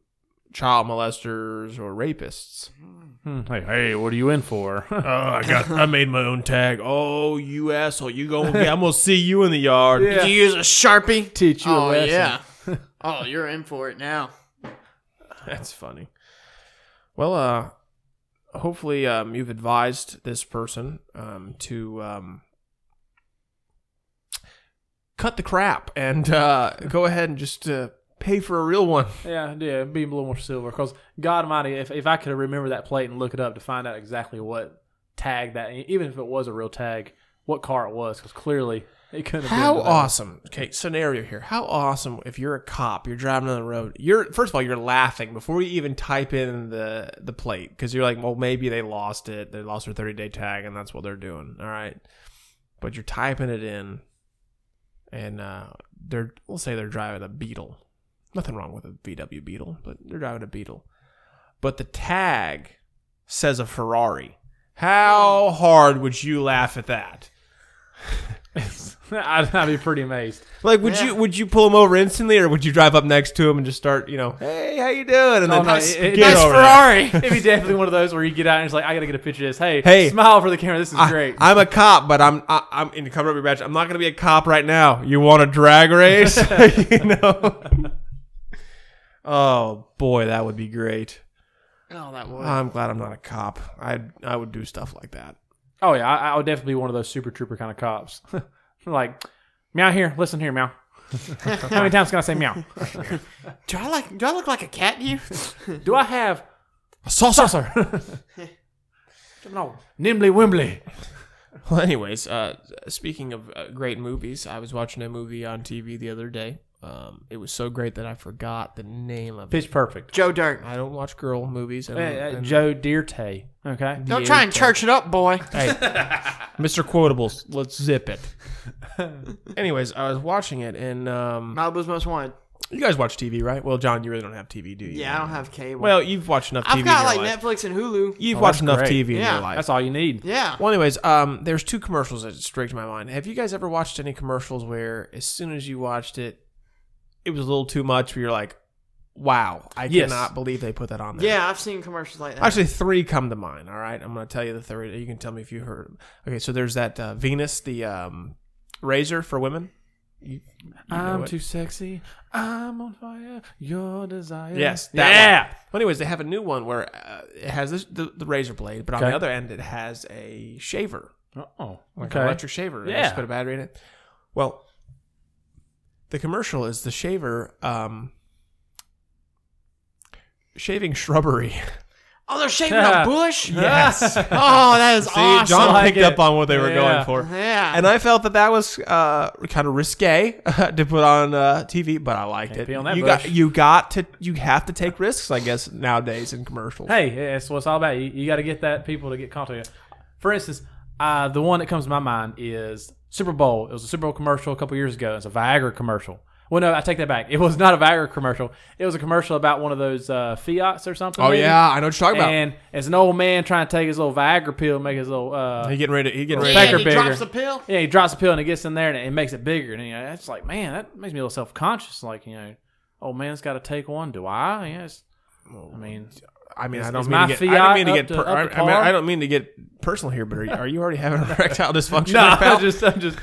Speaker 1: child molesters or rapists.
Speaker 2: Hmm, Hey, hey, what are you in for?
Speaker 1: Oh, I got, I made my own tag. Oh, you asshole! You going? to I'm gonna see you in the yard.
Speaker 2: Yeah.
Speaker 3: Did you use a sharpie?
Speaker 2: Teach you a
Speaker 3: oh
Speaker 2: lesson.
Speaker 3: yeah. oh, you're in for it now.
Speaker 1: That's funny. Well, uh, hopefully um, you've advised this person um, to um, cut the crap and uh, go ahead and just uh, pay for a real one.
Speaker 2: Yeah, yeah, be a little more silver. Because God Almighty, if, if I could remember that plate and look it up to find out exactly what tag that, e, even if it was a real tag, what car it was, because clearly it couldn't have
Speaker 1: How
Speaker 2: been. the-
Speaker 1: awesome! Okay, scenario here. How awesome if you're a cop, you're driving on the road. You're first of all, you're laughing before you even type in the the plate because you're like, well, maybe they lost it. They lost their 30 day tag, and that's what they're doing. All right, but you're typing it in, and uh, they're we'll say they're driving a Beetle. Nothing wrong with a VW Beetle, but they're driving a Beetle. But the tag says a Ferrari. How hard would you laugh at that?
Speaker 2: I'd, I'd be pretty amazed.
Speaker 1: Like, would
Speaker 3: Yeah.
Speaker 1: you would you pull him over instantly, or would you drive up next to him and just start, you know, hey, how you doing? And then
Speaker 2: No, Oh, no,
Speaker 1: nice,
Speaker 2: it-
Speaker 1: get
Speaker 2: nice
Speaker 1: over
Speaker 3: Ferrari.
Speaker 2: It'd be definitely one of those where you get out and it's like, I gotta get a picture of this. Hey,
Speaker 1: Hey.
Speaker 2: smile for the camera. This is
Speaker 1: there.
Speaker 2: great.
Speaker 1: I, am a cop, but I'm I, I'm in cover up your badge. I'm not gonna be a cop right now. You want a drag race? you know. oh boy, that would be great.
Speaker 3: Oh, that would.
Speaker 1: I'm glad I'm not a cop. I I would do stuff like that.
Speaker 2: oh yeah, I, I would definitely be one of those super trooper kind of cops. like, meow here, listen here, meow. How many times can I say meow?
Speaker 3: Do I like? Do I look like a cat to you?
Speaker 2: Do I have
Speaker 1: A saucer.
Speaker 2: saucer? no, nimbly wimbly.
Speaker 1: Well, anyways, uh, speaking of uh, great movies, I was watching a movie on TV the other day. Um, it was so great that I forgot the name of it.
Speaker 2: Pitch perfect.
Speaker 3: Joe Dirt.
Speaker 1: I don't watch girl movies. And,
Speaker 2: Hey, uh,
Speaker 1: and-
Speaker 2: Joe Deerte. Okay.
Speaker 3: Don't try and church it up, boy.
Speaker 1: hey, Mr. Quotables, let's zip it. anyways, I was watching it, and um,
Speaker 3: Malibu's most wanted.
Speaker 1: you guys watch TV, right? Well, John, you really don't have TV, do you?
Speaker 3: Yeah, I don't have cable.
Speaker 1: Well, you've watched enough TV.
Speaker 3: I've got
Speaker 1: in
Speaker 3: like
Speaker 1: your life.
Speaker 3: Netflix and Hulu.
Speaker 1: You've
Speaker 2: Oh,
Speaker 1: watched
Speaker 2: that's
Speaker 1: enough
Speaker 2: great.
Speaker 1: TV in
Speaker 3: Yeah,
Speaker 1: your life.
Speaker 2: That's all you need.
Speaker 3: Yeah.
Speaker 1: Well, anyways, um, there's two commercials that striked my mind. Have you guys ever watched any commercials where, as soon as you watched it, it was a little too much? Where you're like, "Wow, I
Speaker 2: Yes.
Speaker 1: cannot believe they put that on there."
Speaker 3: Yeah, I've seen commercials like that.
Speaker 1: Actually, three come to mind. All right, I'm going to tell you the third. You can tell me if you heard. 'em. Okay, so there's that uh, Venus, the um, razor for women. You, you know
Speaker 2: I'm
Speaker 1: it.
Speaker 2: too sexy. I'm on fire. Your desire.
Speaker 1: Yes, that
Speaker 2: Yeah.
Speaker 1: one. Well, anyways, they have a new one where uh, it has this, the, the razor blade, but on
Speaker 2: Okay.
Speaker 1: the other end, it has a shaver.
Speaker 2: Oh.
Speaker 1: like
Speaker 2: Okay.
Speaker 1: an electric shaver. Yeah.
Speaker 2: Yeah.
Speaker 1: Just put a battery in it. Well, the commercial is the shaver um, shaving shrubbery.
Speaker 3: oh, they're shaving a bush.
Speaker 1: See,
Speaker 3: Oh, that is
Speaker 1: John
Speaker 3: awesome.
Speaker 2: like
Speaker 1: picked
Speaker 2: it.
Speaker 1: up on what they were going
Speaker 2: Yeah.
Speaker 1: for.
Speaker 3: yeah.
Speaker 1: And I felt that that was uh, kind of risque to put on uh, TV, but I liked
Speaker 2: Can't
Speaker 1: it.
Speaker 2: pee on that
Speaker 1: you
Speaker 2: bush.
Speaker 1: got you got to you have to take risks, I guess, nowadays in commercials.
Speaker 2: Hey, yeah, that's what it's all about. You, you got to get that people to get contact. For instance, uh, the one that comes to my mind is Super Bowl. It was a Super Bowl commercial a couple years ago. It's a Viagra commercial. Well, no, I take that back. It was not a Viagra commercial. It was a commercial about one of those uh, Fiats or something.
Speaker 1: oh
Speaker 2: maybe.
Speaker 1: yeah, I know what you're talking
Speaker 2: And it's an old man trying to take his little Viagra pill, and make his little.
Speaker 1: about.
Speaker 2: Uh,
Speaker 1: He getting ready. To, he getting
Speaker 3: yeah,
Speaker 1: ready.
Speaker 2: Becker
Speaker 3: he
Speaker 2: bigger.
Speaker 3: drops the pill.
Speaker 2: yeah, he drops the pill and it gets in there and it, it makes it bigger. And you know, it's like, man, that makes me a little self conscious. Like, you know, oh man's got to take one. Do I? Yes. I mean,
Speaker 1: I mean,
Speaker 2: Is-
Speaker 1: I
Speaker 2: is
Speaker 1: don't
Speaker 2: my
Speaker 1: mean to get. I
Speaker 2: Fiat
Speaker 1: don't mean to get.
Speaker 2: up to-
Speaker 1: per,
Speaker 2: up
Speaker 1: I,
Speaker 2: to
Speaker 1: I mean,
Speaker 2: par?
Speaker 1: I don't mean to get personal here, but are you, are you already having erectile dysfunction?
Speaker 2: No,
Speaker 1: there, pal?
Speaker 2: I'm just, I'm just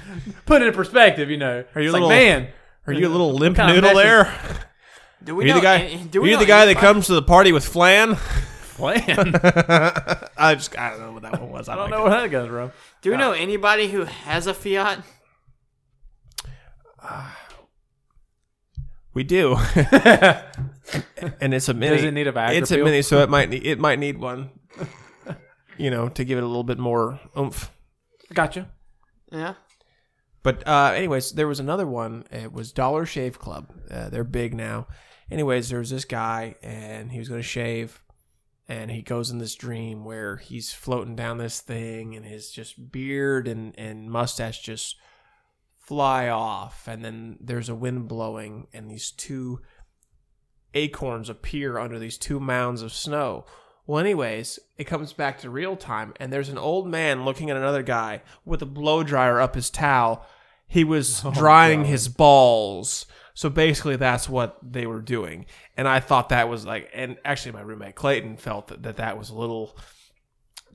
Speaker 2: put it in perspective, you know.
Speaker 1: Are you
Speaker 2: it's
Speaker 1: a little-
Speaker 2: like, man,
Speaker 1: are you a little limp
Speaker 2: kinda
Speaker 1: noodle
Speaker 2: messes-
Speaker 1: there?
Speaker 3: Do
Speaker 1: Are
Speaker 3: we
Speaker 1: you
Speaker 3: know,
Speaker 1: the
Speaker 2: eh,
Speaker 1: guy?
Speaker 3: Do
Speaker 1: Are
Speaker 3: we
Speaker 1: you
Speaker 3: know
Speaker 1: the guy that
Speaker 3: anybody-
Speaker 1: comes to the party with flan?
Speaker 2: plan.
Speaker 1: I just I don't know what that one was. I,
Speaker 2: I don't
Speaker 1: like
Speaker 2: know
Speaker 1: it.
Speaker 2: where that goes from.
Speaker 3: Do we know anybody who has a Fiat?
Speaker 1: We do, and it's a mini.
Speaker 2: Does it need a Viagra
Speaker 1: It's a
Speaker 2: pill?
Speaker 1: mini, so it might need it might need one. You know, to give it a little bit more oomph.
Speaker 2: Gotcha.
Speaker 3: Yeah.
Speaker 1: But uh, anyways, there was another one. It was Dollar Shave Club. Uh, they're big now. Anyways, there was this guy, and he was going to shave, and he goes in this dream where he's floating down this thing, and his just beard and and mustache just fly off, and then there's a wind blowing, and these two acorns appear under these two mounds of snow. Well, anyways, it comes back to real time, and there's an old man looking at another guy with a blow dryer up his towel. He was drying his balls. So basically, that's what they were doing. And I thought that was like, and actually, my roommate Clayton felt that that, that was a little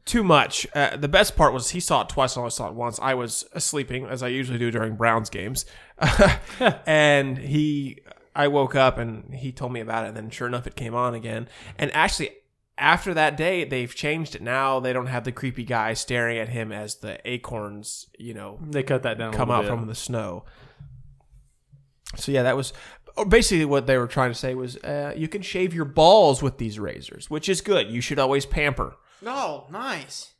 Speaker 1: too much. Uh, the best part was he saw it twice, I only saw it once. I was sleeping, as I usually do during Browns games. and he, I woke up and he told me about it. And then sure enough, it came on again. And actually, after that day, they've changed it. Now they don't have the creepy guy staring at him as the acorns, you know,
Speaker 2: They cut that down. a
Speaker 1: come
Speaker 2: little
Speaker 1: out
Speaker 2: bit.
Speaker 1: from the snow. So yeah, that was or basically what they were trying to say was uh, you can shave your balls with these razors, which is good. You should always pamper.
Speaker 3: No, nice.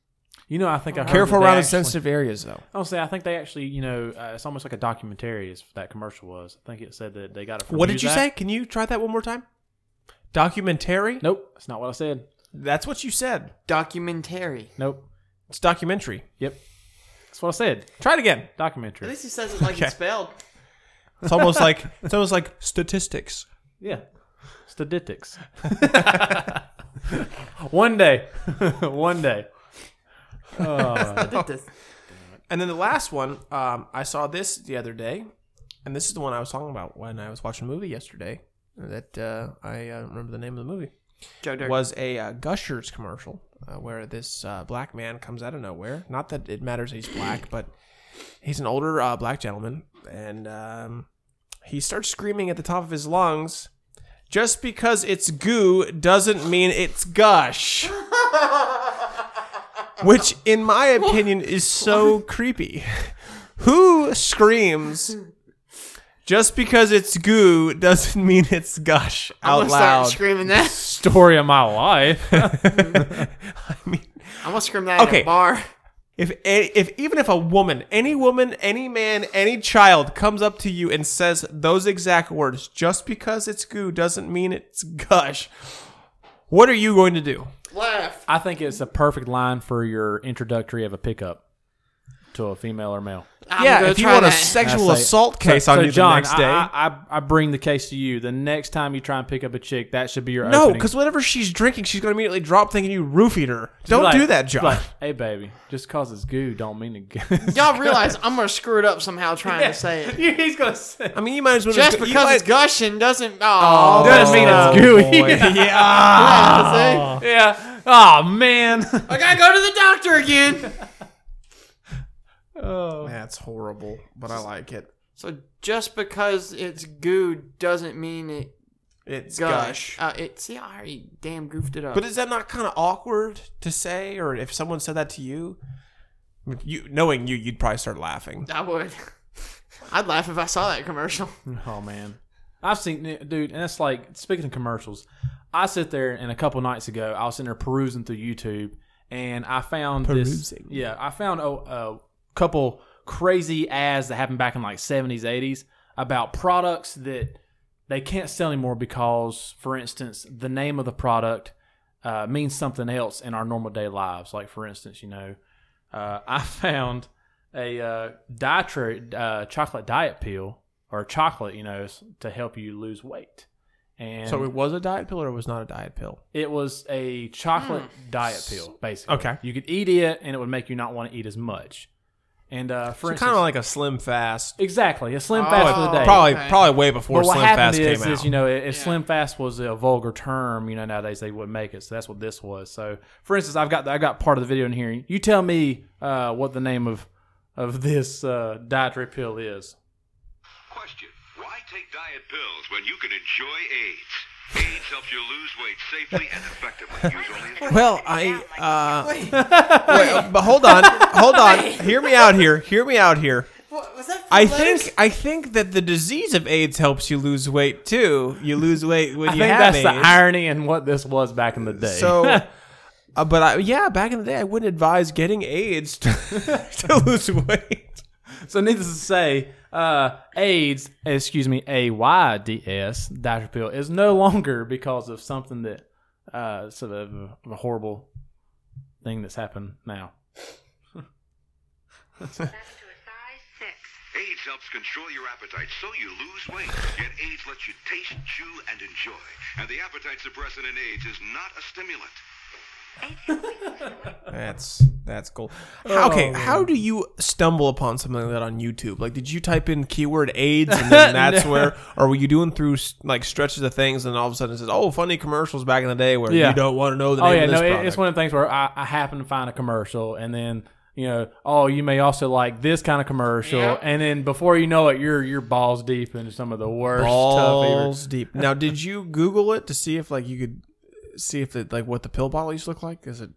Speaker 2: You know, I think I heard
Speaker 1: Careful
Speaker 2: that they
Speaker 1: around the
Speaker 2: actually,
Speaker 1: sensitive areas, though.
Speaker 2: Honestly, I think they actually, you know, uh, it's almost like a documentary. Is that commercial was? I think it said that they got it. From
Speaker 1: What did you
Speaker 2: Muzak.
Speaker 1: say? Can you try that one more time? Documentary?
Speaker 2: Nope, that's not what I said.
Speaker 1: That's what you said.
Speaker 3: Documentary.
Speaker 2: Nope,
Speaker 1: It's documentary.
Speaker 2: yep, that's what I said.
Speaker 1: Try it again.
Speaker 3: At
Speaker 2: Documentary.
Speaker 3: least he says it like
Speaker 1: Okay.
Speaker 3: it's spelled.
Speaker 1: It's almost like it's almost like statistics.
Speaker 2: Yeah, statistics. one day, one day.
Speaker 3: I did this.
Speaker 1: And then the last one, um, I saw this the other day, and this is the one I was talking about when I was watching a movie yesterday. That uh, I uh, remember the name of the movie
Speaker 3: Joe Dirt.
Speaker 1: was a uh, Gushers commercial uh, where this uh, black man comes out of nowhere. Not that it matters that he's black, but he's an older uh, black gentleman, and um, he starts screaming at the top of his lungs. Just because it's goo doesn't mean it's gush. Which, in my opinion, is so creepy. Who screams Just because it's goo doesn't mean it's gush
Speaker 3: I'm
Speaker 1: out
Speaker 3: gonna start
Speaker 1: loud.
Speaker 3: screaming that.
Speaker 2: Story of my life.
Speaker 1: I mean,
Speaker 3: I'm gonna scream that okay.
Speaker 1: Okay.
Speaker 3: at a bar.
Speaker 1: if if even if a woman, any woman, any man, any child comes up to you and says those exact words, just because it's goo doesn't mean it's gush. What are you going to do?
Speaker 3: Laugh.
Speaker 2: I think it's a perfect line for your introductory of a pickup to a female or male.
Speaker 3: I'm
Speaker 1: yeah,
Speaker 3: gonna
Speaker 1: if you
Speaker 3: try
Speaker 1: want a
Speaker 3: that.
Speaker 1: sexual
Speaker 2: I say-
Speaker 1: assault case
Speaker 2: so,
Speaker 1: on
Speaker 2: so
Speaker 1: you
Speaker 2: John,
Speaker 1: the next day,
Speaker 2: I, I, I- I bring the case to you. The next time you try and pick up a chick, that should be your
Speaker 1: no,
Speaker 2: opening.
Speaker 1: because whatever she's drinking, she's going to immediately drop thinking you roofied her.
Speaker 2: Be
Speaker 1: Don't
Speaker 2: like-
Speaker 1: do that,
Speaker 2: be
Speaker 1: John.
Speaker 2: like, hey, baby, just cause it's goo don't mean it. Goo.
Speaker 3: Y'all realize I'm gonna screw it up somehow trying to say it.
Speaker 2: He's gonna say.
Speaker 1: I mean, you might as well
Speaker 3: Just
Speaker 1: just, you
Speaker 3: because
Speaker 1: might-
Speaker 3: it's gushing doesn't.
Speaker 1: Oh,
Speaker 3: Oh,
Speaker 2: Doesn't mean it's
Speaker 1: boy.
Speaker 2: gooey.
Speaker 1: yeah.
Speaker 3: Yeah, see?
Speaker 2: Yeah. Oh man.
Speaker 3: I gotta go to the doctor again.
Speaker 2: oh.
Speaker 1: That's horrible, but I like it.
Speaker 3: so just because it's goo doesn't mean it
Speaker 1: It's gush.
Speaker 3: gush. Uh, it, see, I already damn goofed it up.
Speaker 1: But is that not kind of awkward to say? Or if someone said that to you, you knowing you, you'd probably start laughing.
Speaker 3: I would. I'd laugh if I saw that commercial.
Speaker 2: Oh man. I've seen dude, and that's like speaking of commercials. I sit there and a couple nights ago, I was sitting there perusing through YouTube, and I found
Speaker 1: Perusing.
Speaker 2: this. Yeah, I found a, a couple crazy ads that happened back in like seventies, eighties about products that they can't sell anymore because, for instance, the name of the product uh, means something else in our normal day lives. Like for instance, you know, uh, I found a uh, dietary uh, chocolate diet pill or chocolate, you know, s- to help you lose weight. And
Speaker 1: So it was a diet pill or it was not a diet pill?
Speaker 2: it was a chocolate diet pill, basically.
Speaker 1: Okay.
Speaker 2: you could eat it, and it would make you not want to eat as much. And uh, for
Speaker 1: So
Speaker 2: instance,
Speaker 1: kind of like a slim fast.
Speaker 2: exactly a slim fast for the day.
Speaker 1: Probably,
Speaker 3: okay.
Speaker 1: probably way before
Speaker 2: But what
Speaker 1: slim
Speaker 2: happened
Speaker 1: fast
Speaker 2: is,
Speaker 1: came
Speaker 2: is
Speaker 1: out.
Speaker 2: you know, if if
Speaker 3: Yeah.
Speaker 2: slim fast was a vulgar term, you know, nowadays they wouldn't make it. So that's what this was. So, for instance, I've got I got part of the video in here. You tell me uh, what the name of of this uh, dietary pill is.
Speaker 5: Question Why take diet pills when you can enjoy AIDS? AIDS helps you lose weight safely and effectively. Use only as
Speaker 1: well, I. Uh, wait, uh, but hold on, hold on. Hear me out here. Hear me out here.
Speaker 3: What, was that?
Speaker 1: I think I think that the disease of AIDS helps you lose weight too. You lose weight when
Speaker 2: I
Speaker 1: you
Speaker 2: think
Speaker 1: have
Speaker 2: that's
Speaker 1: AIDS.
Speaker 2: the irony in what this was back in the day.
Speaker 1: So, uh, but I, yeah, back in the day, I wouldn't advise getting AIDS to, to lose weight.
Speaker 2: So needless to say, uh, AIDS, excuse me, AYDS, dietary pill, is no longer because of something that, uh, sort of a, of a horrible thing that's happened now.
Speaker 6: Seven to a size six.
Speaker 5: AIDS helps control your appetite so you lose weight. Yet AIDS lets you taste, chew, and enjoy. And the appetite suppressant in AIDS is not a stimulant.
Speaker 1: That's that's cool. How-
Speaker 2: Oh,
Speaker 1: okay, how do you stumble upon something like that on YouTube? Like, did you type in keyword AIDS and then that's where, or were you doing through like stretches of things and all of a sudden it says, "Oh, funny commercials back in the day where
Speaker 2: Yeah.
Speaker 1: you don't want to know the
Speaker 2: Oh
Speaker 1: name
Speaker 2: yeah,
Speaker 1: of this
Speaker 2: no, it,
Speaker 1: product."
Speaker 2: it's one of the things where I, I happen to find a commercial, and then you know, oh, you may also like this kind of commercial,
Speaker 3: Yep.
Speaker 2: and then before you know it, you're you're balls deep into some of the worst.
Speaker 1: Balls deep. Now, did you Google it to see if like you could see if it like what the pill bottle used to look like? Is it?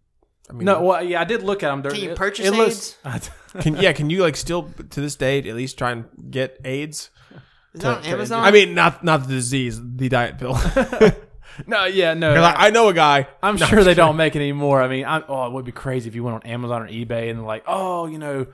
Speaker 1: I mean,
Speaker 2: No, well, yeah, I did look at them.
Speaker 3: Can you purchase
Speaker 2: AIDS?
Speaker 1: Can yeah? Can you like still to this day at least try and get AIDS?
Speaker 3: Is that on
Speaker 1: To- to-
Speaker 3: Amazon?
Speaker 1: I
Speaker 2: Um,
Speaker 1: mean, not not the disease, the diet pill. 'Cause
Speaker 2: no, yeah, no.
Speaker 1: I, I know a guy.
Speaker 2: I'm sure they don't make it anymore. I mean, I, oh, it would be crazy if you went on Amazon or eBay and like, oh, you know,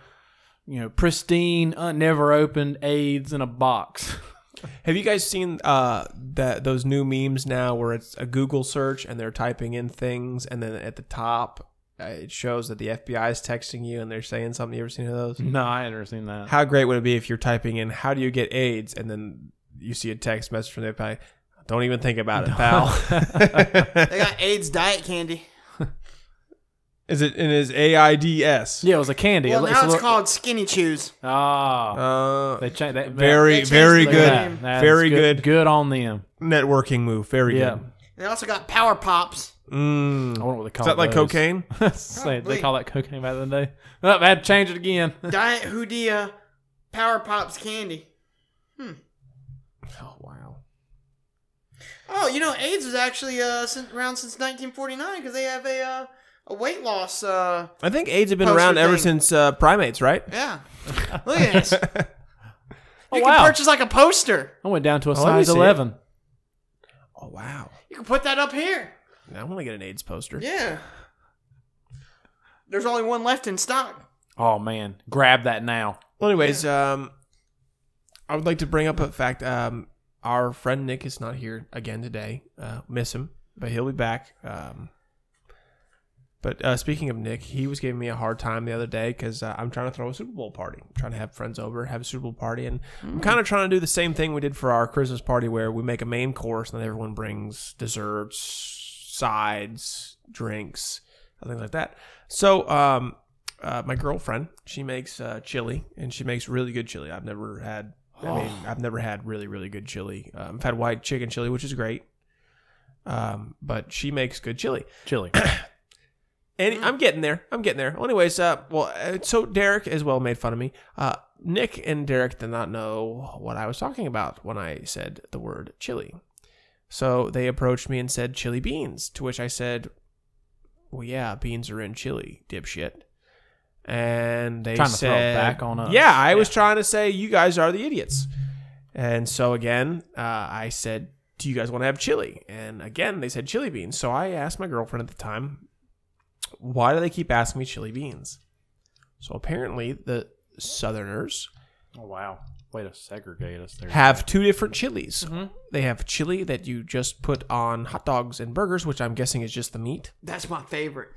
Speaker 2: you know, pristine, uh, never opened AIDS in a box.
Speaker 1: Have you guys seen uh that those new memes now where it's a Google search and they're typing in things and then at the top uh, it shows that the FBI is texting you and they're saying something. You ever seen one of those?
Speaker 2: no, I ain't never seen that.
Speaker 1: How great would it be if you're typing in "How do you get AIDS" and then you see a text message from the FBI? Don't even think about it, pal.
Speaker 3: they got AIDS diet candy.
Speaker 1: is it and is AIDS?
Speaker 2: Yeah, it was a candy.
Speaker 3: Well,
Speaker 2: It-
Speaker 3: now it's
Speaker 2: a-
Speaker 3: called Skinny Chews.
Speaker 2: Ah,
Speaker 1: Uh,
Speaker 2: they changed that.
Speaker 1: very,
Speaker 3: changed
Speaker 1: very
Speaker 3: the
Speaker 1: good,
Speaker 3: name.
Speaker 2: That's
Speaker 1: very
Speaker 2: good.
Speaker 1: good
Speaker 2: on them.
Speaker 1: networking move. Very
Speaker 2: Yeah,
Speaker 3: They also got Power Pops.
Speaker 1: good. Mm.
Speaker 2: I wonder what they
Speaker 1: Is
Speaker 2: call.
Speaker 1: that like
Speaker 2: those.
Speaker 1: cocaine?
Speaker 2: Say- they call that cocaine back in the day. Oh, I had to change it again.
Speaker 3: Diet Houdia Power Pops candy.
Speaker 1: Oh wow.
Speaker 3: Oh, you know, AIDS was actually uh, since, around since 1949 because they have a uh, a weight loss. Uh,
Speaker 1: I think AIDS have been
Speaker 3: Poster
Speaker 1: around ever
Speaker 3: thing.
Speaker 1: since uh, primates, right?
Speaker 3: yeah, look at this.
Speaker 2: Oh,
Speaker 3: you
Speaker 2: wow.
Speaker 3: can purchase like a poster.
Speaker 2: I went down to a
Speaker 1: let me
Speaker 2: size
Speaker 1: see it.
Speaker 2: 11.
Speaker 1: Oh wow!
Speaker 3: You can put that up here.
Speaker 1: Now I want to get an AIDS poster.
Speaker 3: Yeah. There's only one left in stock.
Speaker 2: Oh, man. Grab that now.
Speaker 1: Well, anyways, um, I would like to bring up a fact. Um, our friend Nick is not here again today. Uh, miss him, but he'll be back. Um, but uh, speaking of Nick, he was giving me a hard time the other day because uh, I'm trying to throw a Super Bowl party. I'm trying to have friends over, have a Super Bowl party, and I'm kind of trying to do the same thing we did for our Christmas party, where we make a main course and then everyone brings desserts, sides, drinks, things like that. So, um, uh, my girlfriend, she makes uh, chili, and she makes really good chili. I've never had. I mean, I've never had really, really good chili. Um, I've had white chicken chili, which is great, um, but she makes good chili.
Speaker 2: Chili.
Speaker 1: And I'm getting there. I'm getting there. Well, anyways, uh, well, uh, so Derek as well made fun of me. Uh, Nick and Derek did not know what I was talking about when I said the word chili. So they approached me and said chili beans, to which I said, "Well, yeah, beans are in chili, dipshit." And they
Speaker 2: Trying to throw it
Speaker 1: said,
Speaker 2: back on us.
Speaker 1: "Yeah, I was trying to say you guys are the idiots." And so again, uh, I said, "Do you guys want to have chili?" And again, they said chili beans. So I asked my girlfriend at the time, "Why do they keep asking me chili beans?" So apparently, the Southerners
Speaker 2: Oh, wow. Way to segregate us there.
Speaker 1: have two different chilies.
Speaker 2: Mm-hmm.
Speaker 1: They have chili that you just put on hot dogs and burgers, which I'm guessing is just the meat.
Speaker 3: That's my favorite.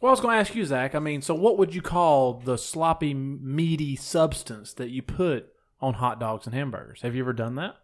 Speaker 2: Well, I was going to ask you, Zach. I mean, so what would you call the sloppy, meaty substance that you put on hot dogs and hamburgers? Have you ever done that?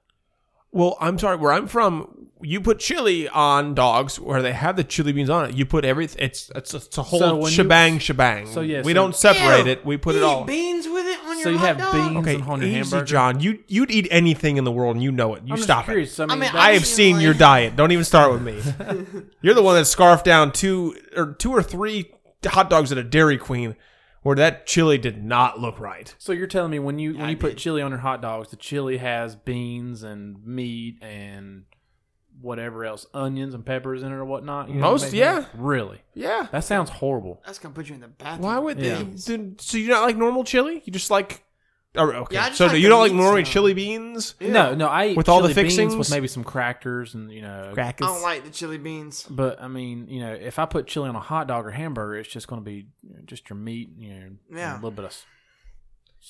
Speaker 1: Well, I'm sorry, where I'm from, you put chili on dogs where they have the chili beans on it. You put everything. It's it's, it's a whole
Speaker 2: So when you-
Speaker 1: shebang, shebang.
Speaker 2: So, yeah,
Speaker 1: we
Speaker 2: so-
Speaker 1: don't separate
Speaker 3: Ew.
Speaker 1: it. We put
Speaker 3: you
Speaker 1: it
Speaker 3: eat
Speaker 1: all.
Speaker 3: beans with it on your
Speaker 2: So you
Speaker 3: hot
Speaker 2: have
Speaker 3: dog?
Speaker 2: beans
Speaker 1: Okay,
Speaker 2: on your
Speaker 1: easy,
Speaker 2: hamburger?
Speaker 1: John. You you'd eat anything in the world, and you know it. You
Speaker 2: I'm just
Speaker 1: stop it.
Speaker 2: curious. I mean,
Speaker 3: I mean,
Speaker 2: that-
Speaker 1: I have seen your diet. Don't even start with me. You're the one that scarfed down two or two or three hot dogs at a Dairy Queen, where that chili did not look right.
Speaker 2: so you're telling me when you when you put chili on your hot dogs, the chili has beans and meat and whatever else, onions and peppers in it or whatnot. you know,
Speaker 1: Most-
Speaker 2: maybe?
Speaker 1: yeah.
Speaker 2: Really,
Speaker 1: Yeah.
Speaker 2: that sounds horrible.
Speaker 3: That's gonna put you in the bathroom.
Speaker 1: Why would
Speaker 2: Yeah.
Speaker 1: they? Dude, so you not like normal chili? You just like. Oh, okay.
Speaker 3: Yeah, I just
Speaker 1: so
Speaker 3: like
Speaker 1: do you
Speaker 3: the
Speaker 1: don't like
Speaker 3: meat
Speaker 1: normal
Speaker 3: stuff.
Speaker 1: chili beans?
Speaker 2: No, no, I eat
Speaker 1: With all the
Speaker 2: chili beans
Speaker 1: fixings?
Speaker 2: with maybe some crackers and you know
Speaker 3: I
Speaker 1: Crackers.
Speaker 3: don't like the chili beans.
Speaker 2: But I mean, you know, if I put chili on a hot dog or hamburger, it's just going to be you know, just your meat, you know,
Speaker 3: Yeah.
Speaker 2: and a little bit of s-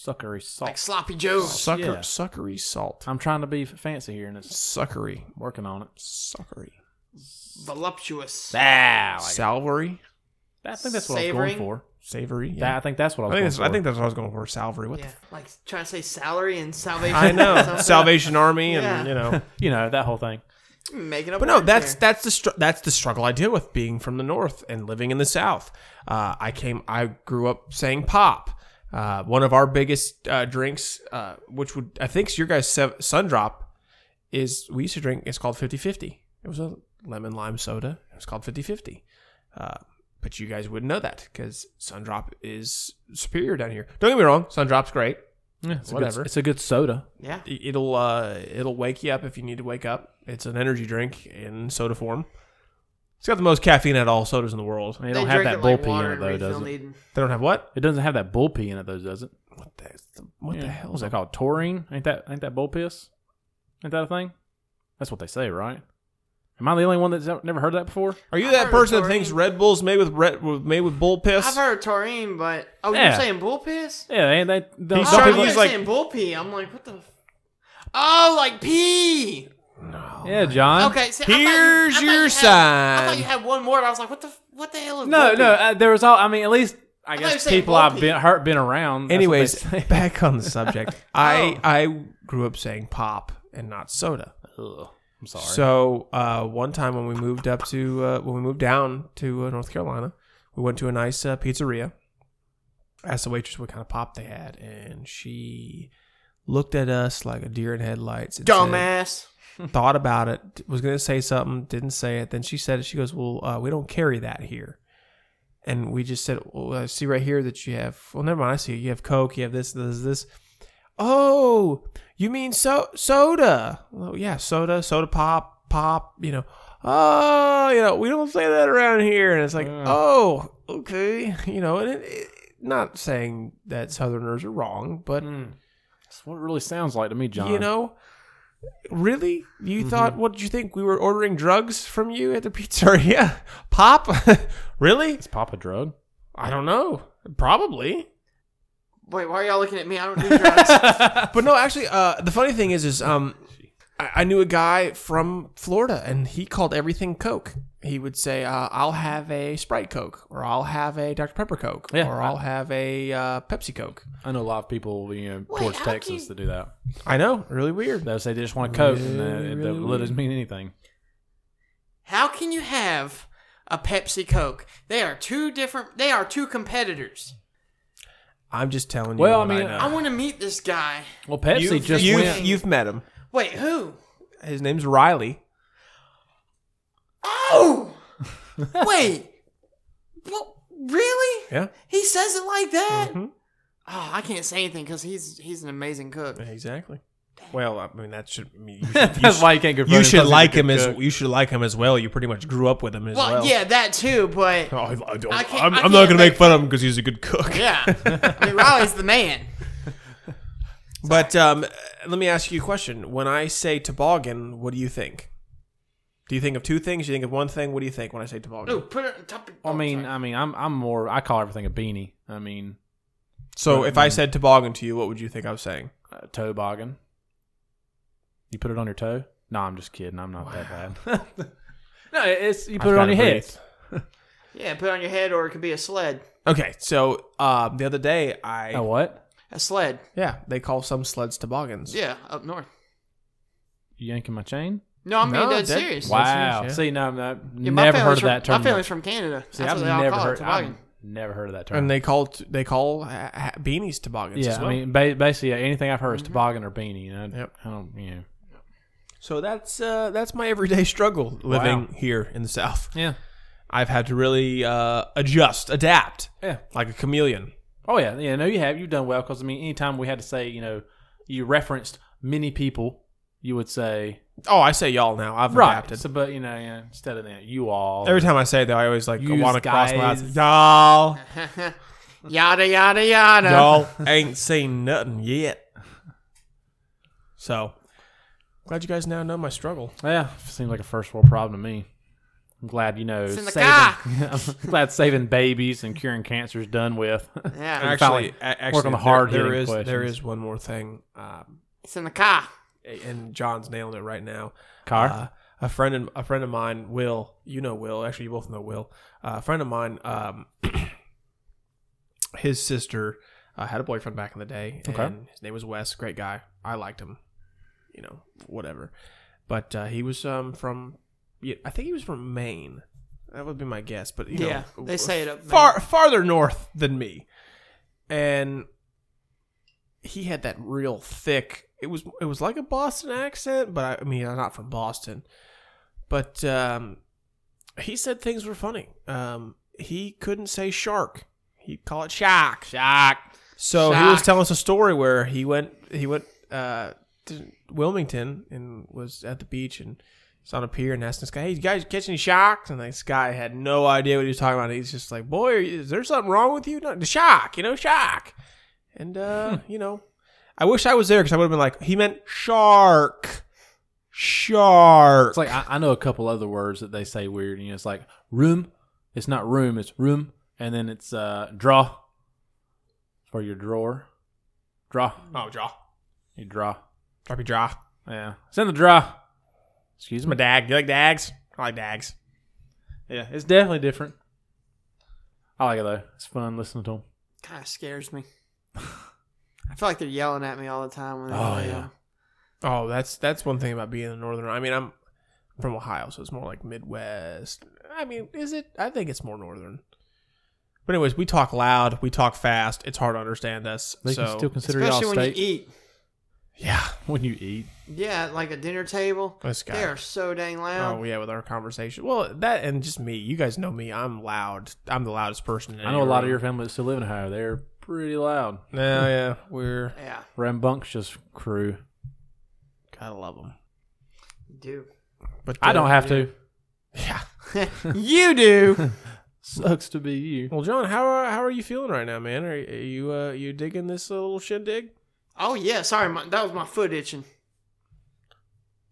Speaker 2: suckery salt.
Speaker 3: Like sloppy joe.
Speaker 1: Sucker,
Speaker 2: yeah.
Speaker 1: suckery salt.
Speaker 2: I'm trying to be f- fancy here, and it's
Speaker 1: Suckery,
Speaker 2: working on it.
Speaker 1: suckery,
Speaker 3: Voluptuous.
Speaker 2: Ah, like-
Speaker 1: salvary,
Speaker 2: I think that's what I was
Speaker 3: Savoring?
Speaker 2: going for.
Speaker 1: savory.
Speaker 2: That-
Speaker 1: Yeah.
Speaker 2: I think that's what I
Speaker 1: I
Speaker 2: was
Speaker 1: think
Speaker 2: going
Speaker 1: that's,
Speaker 2: for.
Speaker 1: I think that's what I was going for. Salvary. What
Speaker 3: Yeah, like trying to say salary and salvation.
Speaker 1: the? I
Speaker 3: or
Speaker 1: know
Speaker 3: something.
Speaker 1: Salvation Army
Speaker 3: Yeah.
Speaker 1: and you know.
Speaker 2: you know that whole thing.
Speaker 3: Making up.
Speaker 1: But no,
Speaker 3: words
Speaker 1: that's
Speaker 3: there.
Speaker 1: that's the str- that's the struggle I deal with being from the north and living in the south. Uh, I came, I grew up saying pop. Uh, one of our biggest uh, drinks, uh, which would I think is your guys' sev- sun drop, is we used to drink. It's called 50-50. It was a lemon lime soda. It was called 50-50. Uh, but you guys wouldn't know that because sun drop is superior down here. Don't get me wrong, sun drop's great.
Speaker 2: Yeah, it's A
Speaker 1: Whatever.
Speaker 2: good, it's a good soda.
Speaker 3: yeah.
Speaker 1: It'll uh, it'll wake you up if you need to wake up. It's an energy drink in soda form. It's got the most caffeine out of all sodas in the world.
Speaker 2: They,
Speaker 3: They
Speaker 2: don't have
Speaker 3: drink
Speaker 2: that
Speaker 3: it
Speaker 2: bull
Speaker 3: like
Speaker 2: pee in
Speaker 3: water
Speaker 2: it though,
Speaker 3: and refill
Speaker 2: does it?
Speaker 3: needed.
Speaker 1: They don't have what?
Speaker 2: It doesn't have that bull pee in it though, does it?
Speaker 1: What the what the
Speaker 2: Yeah.
Speaker 1: hell is
Speaker 2: What's
Speaker 1: that
Speaker 2: that
Speaker 1: called?
Speaker 2: called? Taurine? Ain't that ain't that bull piss? Ain't that a thing? That's what they say, right? Am I the only one that's never heard that before?
Speaker 1: Are you
Speaker 3: I've heard
Speaker 1: that
Speaker 3: of
Speaker 1: person that thinks
Speaker 3: taurine.
Speaker 1: Red Bull's made with red with- made with bull piss?
Speaker 3: I've heard of taurine, but oh,
Speaker 2: Yeah.
Speaker 3: you're saying bull piss?
Speaker 2: Yeah, they, they don't.
Speaker 1: He's
Speaker 3: Oh,
Speaker 1: Some
Speaker 3: I
Speaker 1: trying to people
Speaker 3: thought you
Speaker 2: don't people-
Speaker 1: use,
Speaker 3: were
Speaker 1: like-
Speaker 3: saying bull pee. I'm like, what the? F- oh, like pee.
Speaker 2: yeah, John.
Speaker 3: Okay, see, I thought you-
Speaker 1: Here's
Speaker 3: I thought
Speaker 1: your
Speaker 3: you had- I thought
Speaker 1: sign.
Speaker 3: you had one more. But I was like, what the? f- What the hell is?
Speaker 2: No,
Speaker 3: bull
Speaker 2: no.
Speaker 3: pee?
Speaker 2: Uh, there was all. I mean, at least I,
Speaker 3: thought you were
Speaker 2: guess
Speaker 3: saying
Speaker 2: people
Speaker 3: bull
Speaker 2: I've
Speaker 3: pee.
Speaker 2: been hurt, been around. that's what
Speaker 1: Anyways,
Speaker 2: they say.
Speaker 1: back on the subject.
Speaker 3: Oh.
Speaker 1: I I grew up saying pop and not soda.
Speaker 2: Ugh, I'm sorry.
Speaker 1: So uh, one time when we moved up to uh, when we moved down to uh, North Carolina, we went to a nice uh, pizzeria. Asked the waitress what kind of pop they had, and she looked at us like a deer in headlights. and said-
Speaker 3: dumbass.
Speaker 1: Thought about it, was gonna say something, didn't say it. Then she said it. She goes, "Well, uh, we don't carry that here." And we just said, well, I see right here that you have. Well, never mind. I see you have Coke. You have this, this, this. Oh, you mean so soda? Well, yeah, soda, soda pop, pop. You know, oh, you know, we don't say that around here. And it's like, oh, okay, you know, and it, it, not saying that Southerners are wrong, but
Speaker 2: Mm. That's what it really sounds like to me, John.
Speaker 1: You know, really? You thought? What did you think? We were ordering drugs from you at the pizzeria? Pop? really?
Speaker 2: Is Pop a drug?
Speaker 1: I don't know. Probably.
Speaker 3: Wait, why are y'all looking at me? I don't do drugs.
Speaker 1: But no, actually, uh, the funny thing is, is um, I, I knew a guy from Florida, and he called everything Coke. He would say, uh, "I'll have a Sprite Coke," or "I'll have a Dr Pepper Coke,"
Speaker 2: Yeah.
Speaker 1: or "I'll have a uh, Pepsi Coke."
Speaker 2: I know a lot of people, you know,
Speaker 3: Wait,
Speaker 2: towards
Speaker 3: how can
Speaker 2: Texas
Speaker 3: you-
Speaker 2: that do that.
Speaker 1: I know, really weird.
Speaker 2: They'll say they just want a coat,
Speaker 1: Really,
Speaker 2: and that,
Speaker 1: really
Speaker 2: that really doesn't mean anything.
Speaker 3: How can you have a Pepsi Coke? They are two different. They are two competitors.
Speaker 1: I'm just telling you.
Speaker 2: Well,
Speaker 1: what
Speaker 2: I mean,
Speaker 1: know.
Speaker 3: I want to meet this guy.
Speaker 2: Well, Pepsi
Speaker 1: you've,
Speaker 2: just
Speaker 1: you've,
Speaker 2: went.
Speaker 1: you've met him.
Speaker 3: Wait, who?
Speaker 1: His name's Riley.
Speaker 3: Oh, wait. What? Really?
Speaker 1: Yeah.
Speaker 3: He says it like that.
Speaker 2: Mm-hmm.
Speaker 1: Mhm.
Speaker 3: Oh, I can't say anything because he's he's an amazing cook.
Speaker 1: Exactly. Well, I mean that should. I mean, you should, you
Speaker 2: That's
Speaker 1: should,
Speaker 2: why you can't go.
Speaker 1: you should like him as you should like him as well. You pretty much grew up with him as well.
Speaker 3: Well, yeah, that too, but
Speaker 1: Oh, I, I don't,
Speaker 3: I
Speaker 1: I
Speaker 3: can't-
Speaker 1: am
Speaker 3: I
Speaker 1: I'm not
Speaker 3: can't
Speaker 1: gonna
Speaker 3: make
Speaker 1: make fun of him because he's a good cook.
Speaker 3: yeah, I mean Riley's the man.
Speaker 1: But um, let me ask you a question. When I say toboggan, what do you think? Do you think of two things? Do you think of one thing? What do you think when I say toboggan?
Speaker 3: No, put it on top. Of,
Speaker 2: I
Speaker 3: oh,
Speaker 2: mean, uh,
Speaker 3: sorry.
Speaker 2: I mean, I'm I'm more. I call everything a beanie. I mean,
Speaker 1: So if I said toboggan to you, what would you think I was saying?
Speaker 2: a toboggan. You put it on your toe? No, I'm just kidding. I'm not that bad. no, it's you put
Speaker 1: I've
Speaker 2: it on
Speaker 1: gotta
Speaker 2: your head.
Speaker 1: breathe.
Speaker 3: yeah, put it on your head, or it could be a sled.
Speaker 1: Okay, so uh, the other day I
Speaker 3: Oh,
Speaker 2: A what?
Speaker 3: A sled.
Speaker 1: yeah they call some sleds toboggans.
Speaker 3: Yeah, up north.
Speaker 2: You yanking my chain?
Speaker 3: No, I'm being
Speaker 1: No,
Speaker 3: dead
Speaker 1: that-
Speaker 3: serious.
Speaker 2: Wow.
Speaker 1: serious, yeah.
Speaker 2: See, no, no
Speaker 3: Yeah, my
Speaker 2: never heard
Speaker 3: family's
Speaker 2: of
Speaker 3: from-
Speaker 2: that
Speaker 3: My
Speaker 2: term.
Speaker 3: family's from Canada.
Speaker 2: See,
Speaker 3: That's
Speaker 2: I've
Speaker 3: what they all
Speaker 2: never
Speaker 3: call it,
Speaker 2: heard. I've
Speaker 3: toboggan.
Speaker 2: never heard of that term.
Speaker 1: and they call t- they call ha- ha- beanies toboggans.
Speaker 2: yeah,
Speaker 1: as well.
Speaker 2: I mean, ba- basically yeah, anything I've heard is
Speaker 3: Mm-hmm.
Speaker 2: toboggan or beanie. You know,
Speaker 1: Yep.
Speaker 2: I don't, you know.
Speaker 1: So that's uh, that's my everyday struggle living here in the South.
Speaker 2: Yeah,
Speaker 1: I've had to really uh, adjust, adapt,
Speaker 2: yeah.
Speaker 1: like a chameleon.
Speaker 2: Oh yeah, yeah. No, you have. You've done well because I mean, anytime we had to say, you know, you referenced many people, you would say
Speaker 1: Oh, I say y'all now. I've adapted.
Speaker 2: So, but you know, yeah, instead of that, you all.
Speaker 1: Every time I say that, I always like
Speaker 2: Use
Speaker 1: want to cross my eyes.
Speaker 2: guys.
Speaker 1: Y'all,
Speaker 3: Yada yada yada.
Speaker 1: y'all ain't seen nothing yet. So glad you guys now know my struggle.
Speaker 2: yeah, seems like a first world problem to me. I'm glad you know.
Speaker 3: in the
Speaker 2: saving,
Speaker 3: car.
Speaker 2: I'm glad saving babies and curing cancer is done with.
Speaker 3: Yeah,
Speaker 1: Actually,
Speaker 2: finally
Speaker 1: a- actually,
Speaker 2: work on the
Speaker 1: there-
Speaker 2: hard
Speaker 1: there
Speaker 2: hitting
Speaker 1: is there
Speaker 2: questions.
Speaker 1: is one more thing, um,
Speaker 3: it's in the car.
Speaker 1: and John's nailing it right now.
Speaker 2: Car.
Speaker 1: Uh, a friend and a friend of mine, Will. You know Will. Actually, you both know Will. Uh, a friend of mine, um, his sister uh, had a boyfriend back in the day,
Speaker 2: Okay.
Speaker 1: and his name was Wes. Great guy. I liked him. You know, whatever. But uh, he was um, from, yeah, I think he was from Maine. That would be my guess. But you
Speaker 3: Yeah,
Speaker 1: know,
Speaker 3: they say it up
Speaker 1: far farther north than me, and he had that real thick. It was it was like a Boston accent, but I, I mean I'm not from Boston. But um, he said things were funny. Um, he couldn't say shark. He'd call it shock, shock. So he was
Speaker 3: Shock.
Speaker 1: telling us a story where he went he went uh, to Wilmington and was at the beach and was on a pier and asked this guy, "Hey, you guys catch any sharks?" And this guy had no idea what he was talking about. He's just like, "Boy, are you- is there something wrong with you? No, the shock, you know, shock." And uh, you know, I wish I was there because I would have been like, he meant shark, shark.
Speaker 2: It's like I, I know a couple other words that they say weird. You know, it's like room. It's not room. It's room, and then it's uh draw for your drawer. Draw.
Speaker 1: oh, draw,
Speaker 2: You draw.
Speaker 1: drop your draw.
Speaker 2: Yeah. It's in the draw. Excuse
Speaker 1: My
Speaker 2: me.
Speaker 1: dag. You like dags? I like dags.
Speaker 2: Yeah, it's definitely different. I like it though. It's fun listening to them.
Speaker 3: Kind of scares me. I feel like they're yelling at me all the time. When they
Speaker 2: Oh,
Speaker 3: yell.
Speaker 2: yeah.
Speaker 1: Oh, that's that's one thing about being a northern. I mean, I'm from Ohio, so it's more like Midwest. I mean, is it? I think it's more northern. But anyways, we talk loud, we talk fast. It's hard to understand us.
Speaker 2: They
Speaker 1: so
Speaker 2: can still consider
Speaker 3: especially
Speaker 2: y'all
Speaker 3: when
Speaker 2: state
Speaker 3: you eat.
Speaker 1: yeah,
Speaker 2: when you eat.
Speaker 3: Yeah, at, like a dinner table.
Speaker 1: This guy.
Speaker 3: They are so dang loud.
Speaker 1: oh yeah, with our conversation. Well, that and just me. You guys know me. I'm loud. I'm the loudest person. in
Speaker 2: I know a lot of
Speaker 1: any
Speaker 2: your
Speaker 1: room.
Speaker 2: family that still live in Ohio. They're pretty loud,
Speaker 1: Yeah, yeah, we're
Speaker 3: yeah,
Speaker 2: rambunctious crew.
Speaker 1: gotta love them.
Speaker 3: you do.
Speaker 1: But
Speaker 2: I don't
Speaker 1: uh,
Speaker 2: have to.
Speaker 1: Yeah.
Speaker 3: you do.
Speaker 2: Sucks to be you.
Speaker 1: Well, John, how are, how are you feeling right now, man? Are, are you uh, you digging this little shindig?
Speaker 3: Oh yeah, sorry, my, that was my foot itching.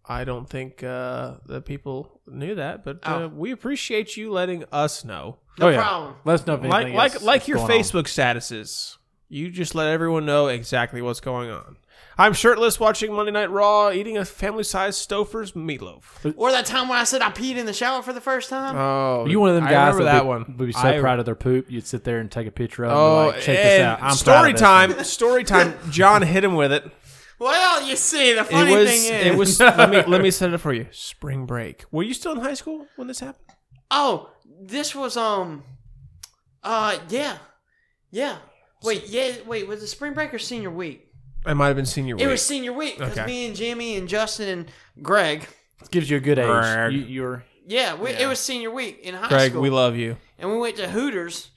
Speaker 1: I don't think uh, the people knew that, but uh,
Speaker 3: Oh.
Speaker 1: we appreciate you letting us know.
Speaker 3: No
Speaker 2: Oh, yeah.
Speaker 3: problem.
Speaker 2: Let us know if
Speaker 1: Like
Speaker 2: anything
Speaker 1: like
Speaker 2: else
Speaker 1: like
Speaker 2: is
Speaker 1: your
Speaker 2: going on.
Speaker 1: Facebook statuses. You just let everyone know exactly what's going on. I'm shirtless watching Monday Night Raw, eating a family-sized Stouffer's meatloaf.
Speaker 3: Or that time when I said I peed in the shower for the first time.
Speaker 2: Uh,
Speaker 1: Oh,
Speaker 2: You one of them
Speaker 1: I
Speaker 2: guys
Speaker 1: remember
Speaker 2: that,
Speaker 1: that
Speaker 2: would,
Speaker 1: one.
Speaker 2: would be so
Speaker 1: I-
Speaker 2: proud of their poop. You'd sit there and take a picture of.
Speaker 1: Oh,
Speaker 2: Oh, and be like, check this
Speaker 1: and
Speaker 2: out. I'm proud
Speaker 1: story
Speaker 2: of this
Speaker 1: time. Story time. John hit him with it.
Speaker 3: well, you see, the funny
Speaker 1: It was.
Speaker 3: thing is,
Speaker 1: It was. let me let me set it up for you. Spring break. Were you still in high school when this happened?
Speaker 3: oh, this was um, uh, yeah, yeah. Wait, yeah, wait. Was it spring break or senior week?
Speaker 1: I might have been senior week.
Speaker 3: It was senior week because
Speaker 1: Okay.
Speaker 3: me and Jimmy and Justin and Greg.
Speaker 2: It gives you a good
Speaker 1: Grrr.
Speaker 2: age. You, you're
Speaker 3: Yeah, we, it was senior week in high
Speaker 1: Greg,
Speaker 3: school,
Speaker 1: we love you.
Speaker 3: and we went to Hooters,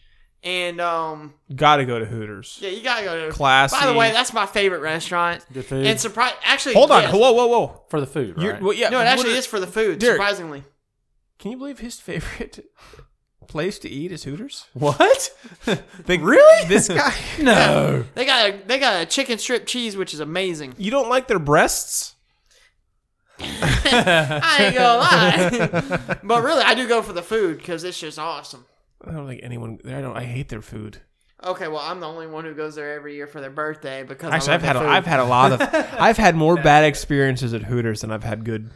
Speaker 3: and um,
Speaker 1: Got to go to Hooters.
Speaker 3: yeah, you gotta go to.
Speaker 1: Classy.
Speaker 3: By the way, that's my favorite restaurant.
Speaker 2: Good food.
Speaker 3: And surprise, actually,
Speaker 1: hold on.
Speaker 3: yes.
Speaker 1: Whoa, whoa, whoa.
Speaker 2: for the food,
Speaker 1: You're-
Speaker 2: right?
Speaker 1: well, yeah,
Speaker 3: No, it
Speaker 1: what
Speaker 3: actually
Speaker 1: are-
Speaker 3: is for the food.
Speaker 1: Derek.
Speaker 3: Surprisingly,
Speaker 1: Can you believe his favorite place to eat is Hooters?
Speaker 2: what?
Speaker 1: Think, really? This guy?
Speaker 2: no.
Speaker 3: they got a they got a chicken strip cheese, which is amazing.
Speaker 1: You don't like their breasts?
Speaker 3: I ain't gonna lie, but really, I do go for the food because it's just awesome.
Speaker 1: I don't think anyone. I don't. I hate their food.
Speaker 3: Okay, well, I'm the only one who goes there every year for their birthday because I
Speaker 1: Actually,
Speaker 3: love
Speaker 1: I've had
Speaker 3: their
Speaker 1: a,
Speaker 3: food.
Speaker 1: I've had a lot of I've had more bad experiences at Hooters than I've had good.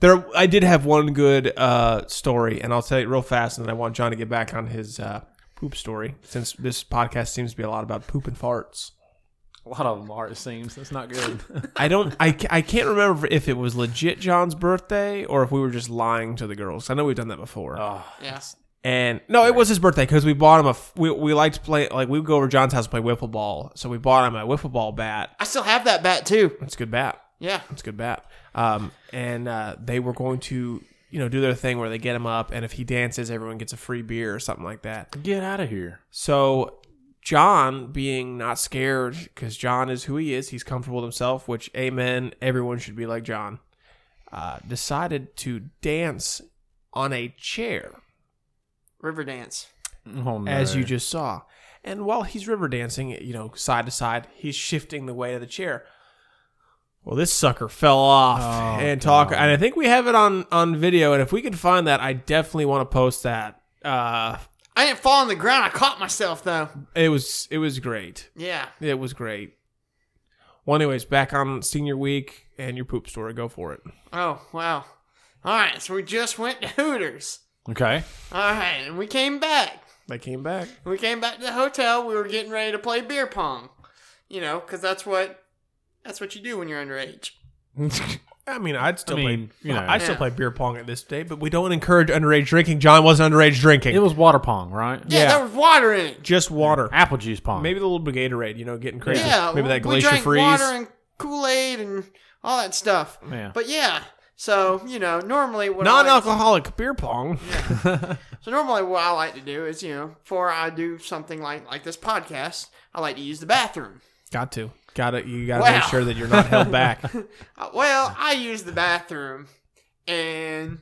Speaker 1: There, I did have one good uh, story, and I'll tell you real fast, and then I want John to get back on his uh, poop story since this podcast seems to be a lot about poop and farts.
Speaker 2: A lot of them are. It seems that's not good.
Speaker 1: I don't, I, ca- I can't remember if it was legit John's birthday or if we were just lying to the girls. I know we've done that before.
Speaker 2: oh,
Speaker 3: yeah.
Speaker 1: And no, it was his birthday because we bought him a. f- We, we liked to play like we would go over to John's house and play wiffle ball, so we bought him a wiffle ball bat.
Speaker 3: I still have that bat too.
Speaker 1: It's a good bat.
Speaker 3: Yeah.
Speaker 1: It's a good bat. Um, and uh, they were going to, you know, do their thing where they get him up, and if he dances, everyone gets a free beer or something like that.
Speaker 2: get out of here.
Speaker 1: So John, being not scared, because John is who he is, he's comfortable with himself. Which, amen. Everyone should be like John. Uh, decided to dance on a chair,
Speaker 3: River dance.
Speaker 2: Oh, no.
Speaker 1: as you just saw. And while he's river dancing, you know, side to side, he's shifting the weight of the chair. Well, this sucker fell off
Speaker 2: Oh,
Speaker 1: and talk,
Speaker 2: God.
Speaker 1: and I think we have it on on video. And if we can find that, I definitely want to post that. Uh,
Speaker 3: I didn't fall on the ground. I caught myself though.
Speaker 1: it was it was great.
Speaker 3: Yeah.
Speaker 1: It was great. Well, anyways, back on senior week and your poop story. Go for it.
Speaker 3: Oh wow. All right. So we just went to Hooters.
Speaker 2: okay.
Speaker 3: All right, and we came back.
Speaker 1: They came back.
Speaker 3: We came back to the hotel. We were getting ready to play beer pong. You know, because that's what that's what you do when you're underage.
Speaker 1: I mean, I'd still
Speaker 2: I mean,
Speaker 1: play.
Speaker 2: you know.
Speaker 1: I still
Speaker 3: Yeah.
Speaker 1: play beer pong at this day, but we don't encourage underage drinking. John wasn't underage drinking.
Speaker 2: It was water pong, right?
Speaker 3: Yeah, there was water in it.
Speaker 1: just water.
Speaker 2: Apple juice pong.
Speaker 1: Maybe the little bit Gatorade, you know, getting crazy.
Speaker 3: Yeah,
Speaker 1: Maybe that
Speaker 3: we- we
Speaker 1: glacier
Speaker 3: drank
Speaker 1: freeze.
Speaker 3: water and Kool Aid and all that stuff.
Speaker 2: Yeah.
Speaker 3: But yeah, so you know, normally what I like-
Speaker 1: Non-alcoholic beer pong.
Speaker 3: so normally what I like to do is you know, before I do something like like this podcast, I like to use the bathroom.
Speaker 1: Got to. Got to. You got to
Speaker 3: Wow.
Speaker 1: make sure that you're not held back.
Speaker 3: Uh, well, I use the bathroom, and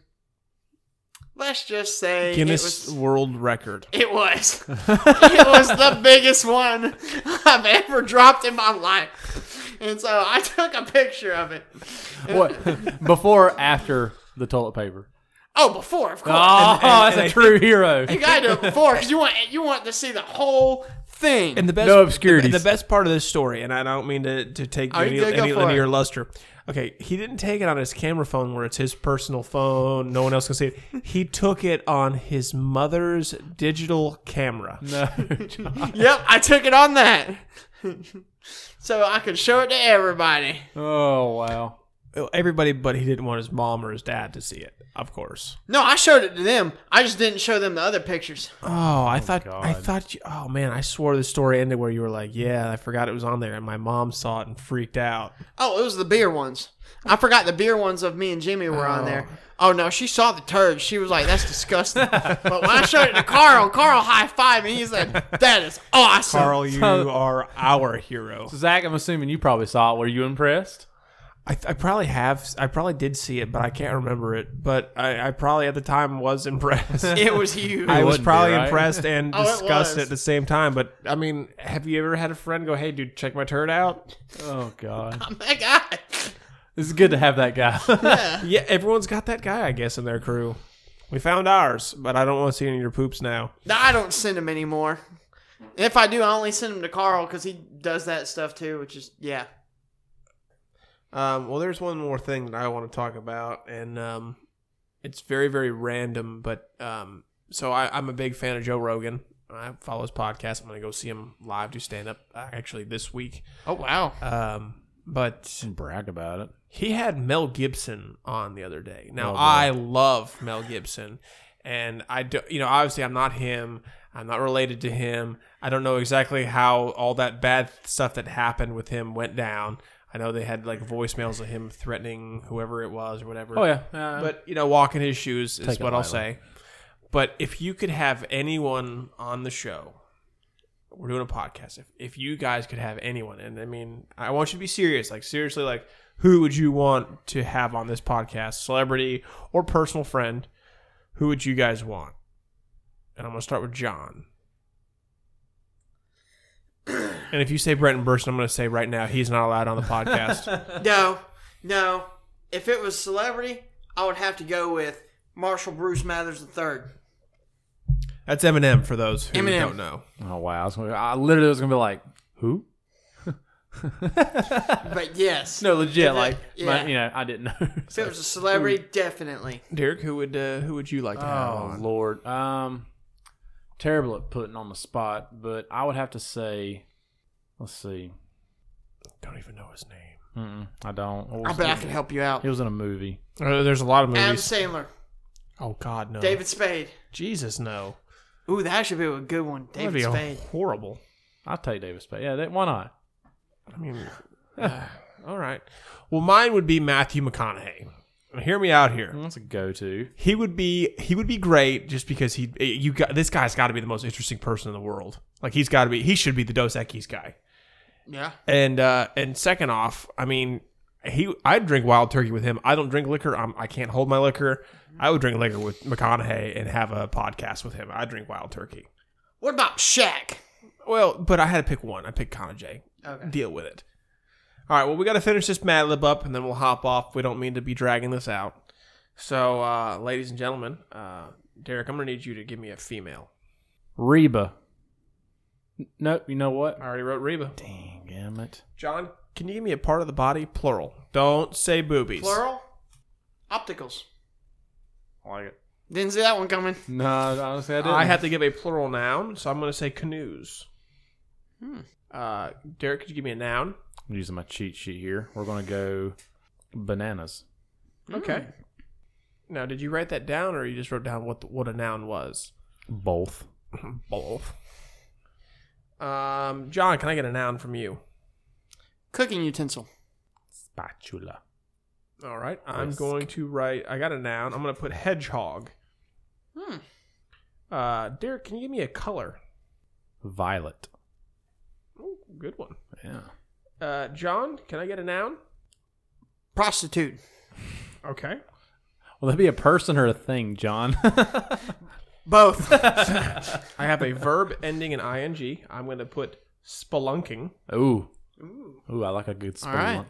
Speaker 3: let's just say
Speaker 1: Guinness
Speaker 3: it was.
Speaker 1: World Record.
Speaker 3: It was. it was the biggest one I've ever dropped in my life. And so I took a picture of it.
Speaker 2: what? Before, or after the toilet paper.
Speaker 3: Oh, before, of course.
Speaker 2: Oh, that's a true hero.
Speaker 3: You gotta do it before because you want you want to see the whole thing.
Speaker 1: And the best,
Speaker 2: No obscurities.
Speaker 1: The, the best part of this story, and I don't mean to, to take
Speaker 3: Oh,
Speaker 1: any,
Speaker 3: you go- go
Speaker 1: any
Speaker 3: for it.
Speaker 1: linear luster. Okay, he didn't take it on his camera phone where it's his personal phone. No one else can see it. He took it on his mother's digital camera.
Speaker 3: yep, I took it on that, so I could show it to everybody.
Speaker 2: oh wow.
Speaker 1: Everybody, but he didn't want his mom or his dad to see it, of course.
Speaker 3: No, I showed it to them. I just didn't show them the other pictures.
Speaker 1: Oh, I thought I thought you. Oh man, I swore the story ended where you were like, "Yeah, I forgot it was on there," and my mom saw it and freaked out.
Speaker 3: Oh, it was the beer ones. I forgot the beer ones of me and Jimmy were on there. Oh no, she saw the turd. She was like, "That's disgusting." but when I showed it to Carl, Carl high fived me. He said, "That is awesome."
Speaker 1: Carl, you are our hero.
Speaker 2: Zach, I'm assuming you probably saw it. Were you impressed?
Speaker 1: I, I probably have. I probably did see it, but I can't remember it. But I, I probably at the time was impressed.
Speaker 3: It was huge.
Speaker 1: I was
Speaker 2: wouldn't be,
Speaker 1: probably
Speaker 2: right?
Speaker 1: impressed and
Speaker 3: Oh, it
Speaker 1: disgusted
Speaker 3: was.
Speaker 1: at the same time. But I mean, have you ever had a friend go, "Hey, dude, check my turd out"?
Speaker 2: Oh god,
Speaker 3: Oh my god.
Speaker 2: it's good to have that guy.
Speaker 1: Yeah, everyone's got that guy, I guess, in their crew. We found ours, but I don't want to see any of your poops now.
Speaker 3: No, I don't send them anymore. If I do, I only send them to Carl because he does that stuff too, which is yeah.
Speaker 1: Um, well, there's one more thing that I want to talk about, and um, it's very, very random. But um, so I, I'm a big fan of Joe Rogan. I follow his podcast. I'm going to go see him live do stand up uh, actually this week.
Speaker 3: Oh wow.
Speaker 1: Um, but
Speaker 2: Shouldn't brag about it.
Speaker 1: he had Mel Gibson on the other day. Now
Speaker 2: Oh, boy.
Speaker 1: I love Mel Gibson, and I do, you know, obviously I'm not him. I'm not related to him. I don't know exactly how all that bad stuff that happened with him went down. I know they had like voicemails of him threatening whoever it was or whatever.
Speaker 2: Oh yeah, uh,
Speaker 1: But you know, walk in his shoes is
Speaker 2: Take it
Speaker 1: what I'll
Speaker 2: lightly.
Speaker 1: say. But if you could have anyone on the show, we're doing a podcast. If if you guys could have anyone, and I mean, I want you to be serious, like seriously, like who would you want to have on this podcast, celebrity or personal friend? Who would you guys want? And I'm gonna start with John. And if you say Brenton Burson, I'm going to say right now he's not allowed on the podcast.
Speaker 3: No, no. If it was celebrity, I would have to go with Marshall Bruce Mathers III.
Speaker 1: That's Eminem for those who
Speaker 3: Eminem.
Speaker 1: don't know.
Speaker 2: oh wow, I, was gonna, I literally was gonna be like, who?
Speaker 3: But yes,
Speaker 2: No, legit. Like,
Speaker 3: Yeah.
Speaker 2: my- you know, I didn't know.
Speaker 3: if it was a celebrity, definitely.
Speaker 1: Derek, who would uh, who would you like to have
Speaker 2: Oh
Speaker 1: on?
Speaker 2: Lord, um, terrible at putting on the spot, but I would have to say, let's see,
Speaker 1: Don't even know his name.
Speaker 2: Mm-mm, I don't. What
Speaker 3: I
Speaker 2: was
Speaker 3: bet I
Speaker 2: it?
Speaker 3: can help you out.
Speaker 2: He was in a movie.
Speaker 1: Uh, there's a lot of
Speaker 3: Adam
Speaker 1: movies.
Speaker 3: Sandler,
Speaker 1: oh God, no.
Speaker 3: David Spade.
Speaker 1: Jesus, no.
Speaker 3: Ooh, that should be a good one.
Speaker 1: That'd
Speaker 3: David
Speaker 1: be
Speaker 3: Spade.
Speaker 1: horrible.
Speaker 2: I'll take David Spade. Yeah, that, why not?
Speaker 1: I mean, uh, all right. Well, mine would be Matthew McConaughey. Now, Hear me out here.
Speaker 2: That's a go-to.
Speaker 1: He would be he would be great just because he you got this guy's got to be the most interesting person in the world. Like he's got to be he should be the Dos Equis guy.
Speaker 3: Yeah.
Speaker 1: And uh and second off, I mean, he I'd drink wild turkey with him. I don't drink liquor. I'm, I can't hold my liquor. I would drink liquor with McConaughey and have a podcast with him. I drink wild turkey.
Speaker 3: What about Shaq?
Speaker 1: Well, but I had to pick one. I picked Conajay.
Speaker 3: Okay.
Speaker 1: Deal with it. All right. Well, we got to finish this Mad Lib up, and then we'll hop off. We don't mean to be dragging this out. So, uh, ladies and gentlemen, uh, Derek, I'm gonna need you to give me a female.
Speaker 2: Reba. N- Nope. You know what?
Speaker 1: I already wrote Reba.
Speaker 2: Dang, damn it.
Speaker 1: John, can you give me a part of the body plural? Don't say boobies.
Speaker 3: Plural. Opticals.
Speaker 2: I like it.
Speaker 3: Didn't see that one coming.
Speaker 2: No, honestly, I didn't.
Speaker 1: I have to give a plural noun, so I'm going to say canoes. Uh, Derek, could you give me a noun?
Speaker 2: I'm using my cheat sheet here. We're gonna go bananas.
Speaker 1: Okay. Now, did you write that down, or you just wrote down what the, what a noun was?
Speaker 2: Both.
Speaker 1: Both. Um, John, can I get a noun from you?
Speaker 3: Cooking utensil.
Speaker 2: Spatula.
Speaker 1: All right, I'm
Speaker 2: Whisk.
Speaker 1: going to write. I got a noun. I'm going to put hedgehog.
Speaker 3: Hmm.
Speaker 1: Uh, Derek, can you give me a color?
Speaker 2: Violet.
Speaker 1: Ooh, good one.
Speaker 2: Yeah.
Speaker 1: Uh, John, can I get a noun?
Speaker 3: Prostitute.
Speaker 1: Okay.
Speaker 2: Will that be a person or a thing, John?
Speaker 3: Both.
Speaker 1: I have a verb ending in ing. I'm going to put spelunking.
Speaker 2: Ooh. Ooh, I like a good
Speaker 3: All
Speaker 2: spelunk.
Speaker 3: right.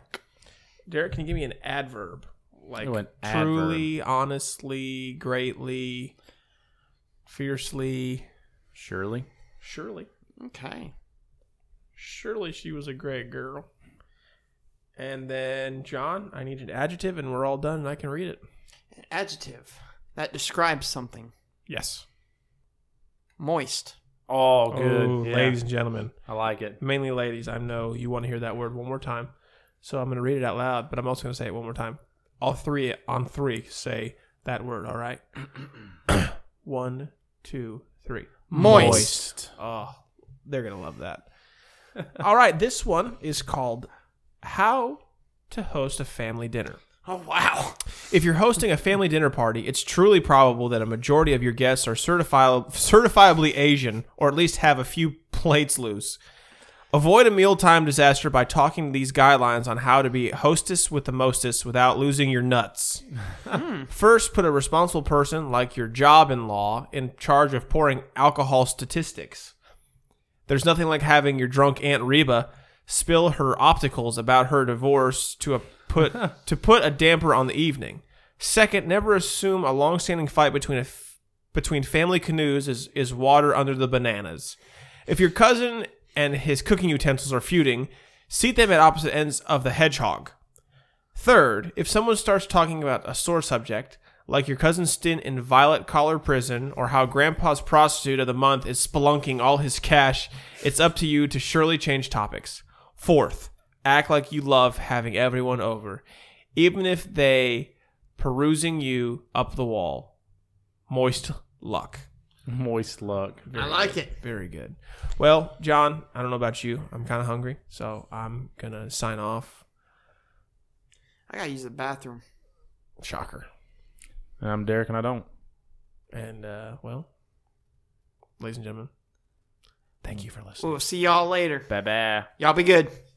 Speaker 1: Derek, can you give me an adverb? Like
Speaker 2: Ooh, an
Speaker 1: truly, honestly, greatly, fiercely,
Speaker 2: Surely.
Speaker 1: surely.
Speaker 3: okay.
Speaker 1: Surely she was a great girl. And then John, I need an adjective and we're all done and I can read it.
Speaker 3: Adjective. That describes something.
Speaker 1: Yes.
Speaker 3: Moist.
Speaker 2: Oh,
Speaker 1: Ooh, Ladies and gentlemen.
Speaker 2: I like it.
Speaker 1: Mainly ladies, I know you want to hear that word one more time. So I'm going to read it out loud, but I'm also going to say it one more time. All three on three say that word, all right? one, two, three.
Speaker 3: Moist.
Speaker 1: Oh, they're going to love that. All right, this one is called How to Host a Family Dinner.
Speaker 3: Oh wow.
Speaker 1: If you're hosting a family dinner party, it's truly probable that a majority of your guests are certifiable, certifiably Asian or at least have a few plates loose. Avoid a mealtime disaster by talking to these guidelines on how to be hostess with the mostest without losing your nuts. First, put a responsible person, like your job in law, in charge of pouring alcohol statistics. There's nothing like having your drunk Aunt Reba spill her opticals about her divorce to a put to put a damper on the evening. Second, never assume a long-standing fight between a f- between family canoes is is water under the bananas. If your cousin and his cooking utensils are feuding, seat them at opposite ends of the hedgehog. Third, if someone starts talking about a sore subject, like your cousin's stint in Violet Collar Prison or how Grandpa's prostitute of the month is spelunking all his cash, it's up to you to surely change topics. Fourth, act like you love having everyone over, even if they perusing you up the wall. Moist luck.
Speaker 2: Moist luck.
Speaker 3: I like it.
Speaker 1: Very good. Well, John, I don't know about you. I'm kind of hungry, so I'm gonna sign off.
Speaker 3: I gotta use the bathroom.
Speaker 1: Shocker.
Speaker 2: I'm Derek, and I don't.
Speaker 1: And uh, well, ladies and gentlemen, thank you for listening.
Speaker 3: We'll see y'all later.
Speaker 2: Bye bye.
Speaker 3: Y'all be good.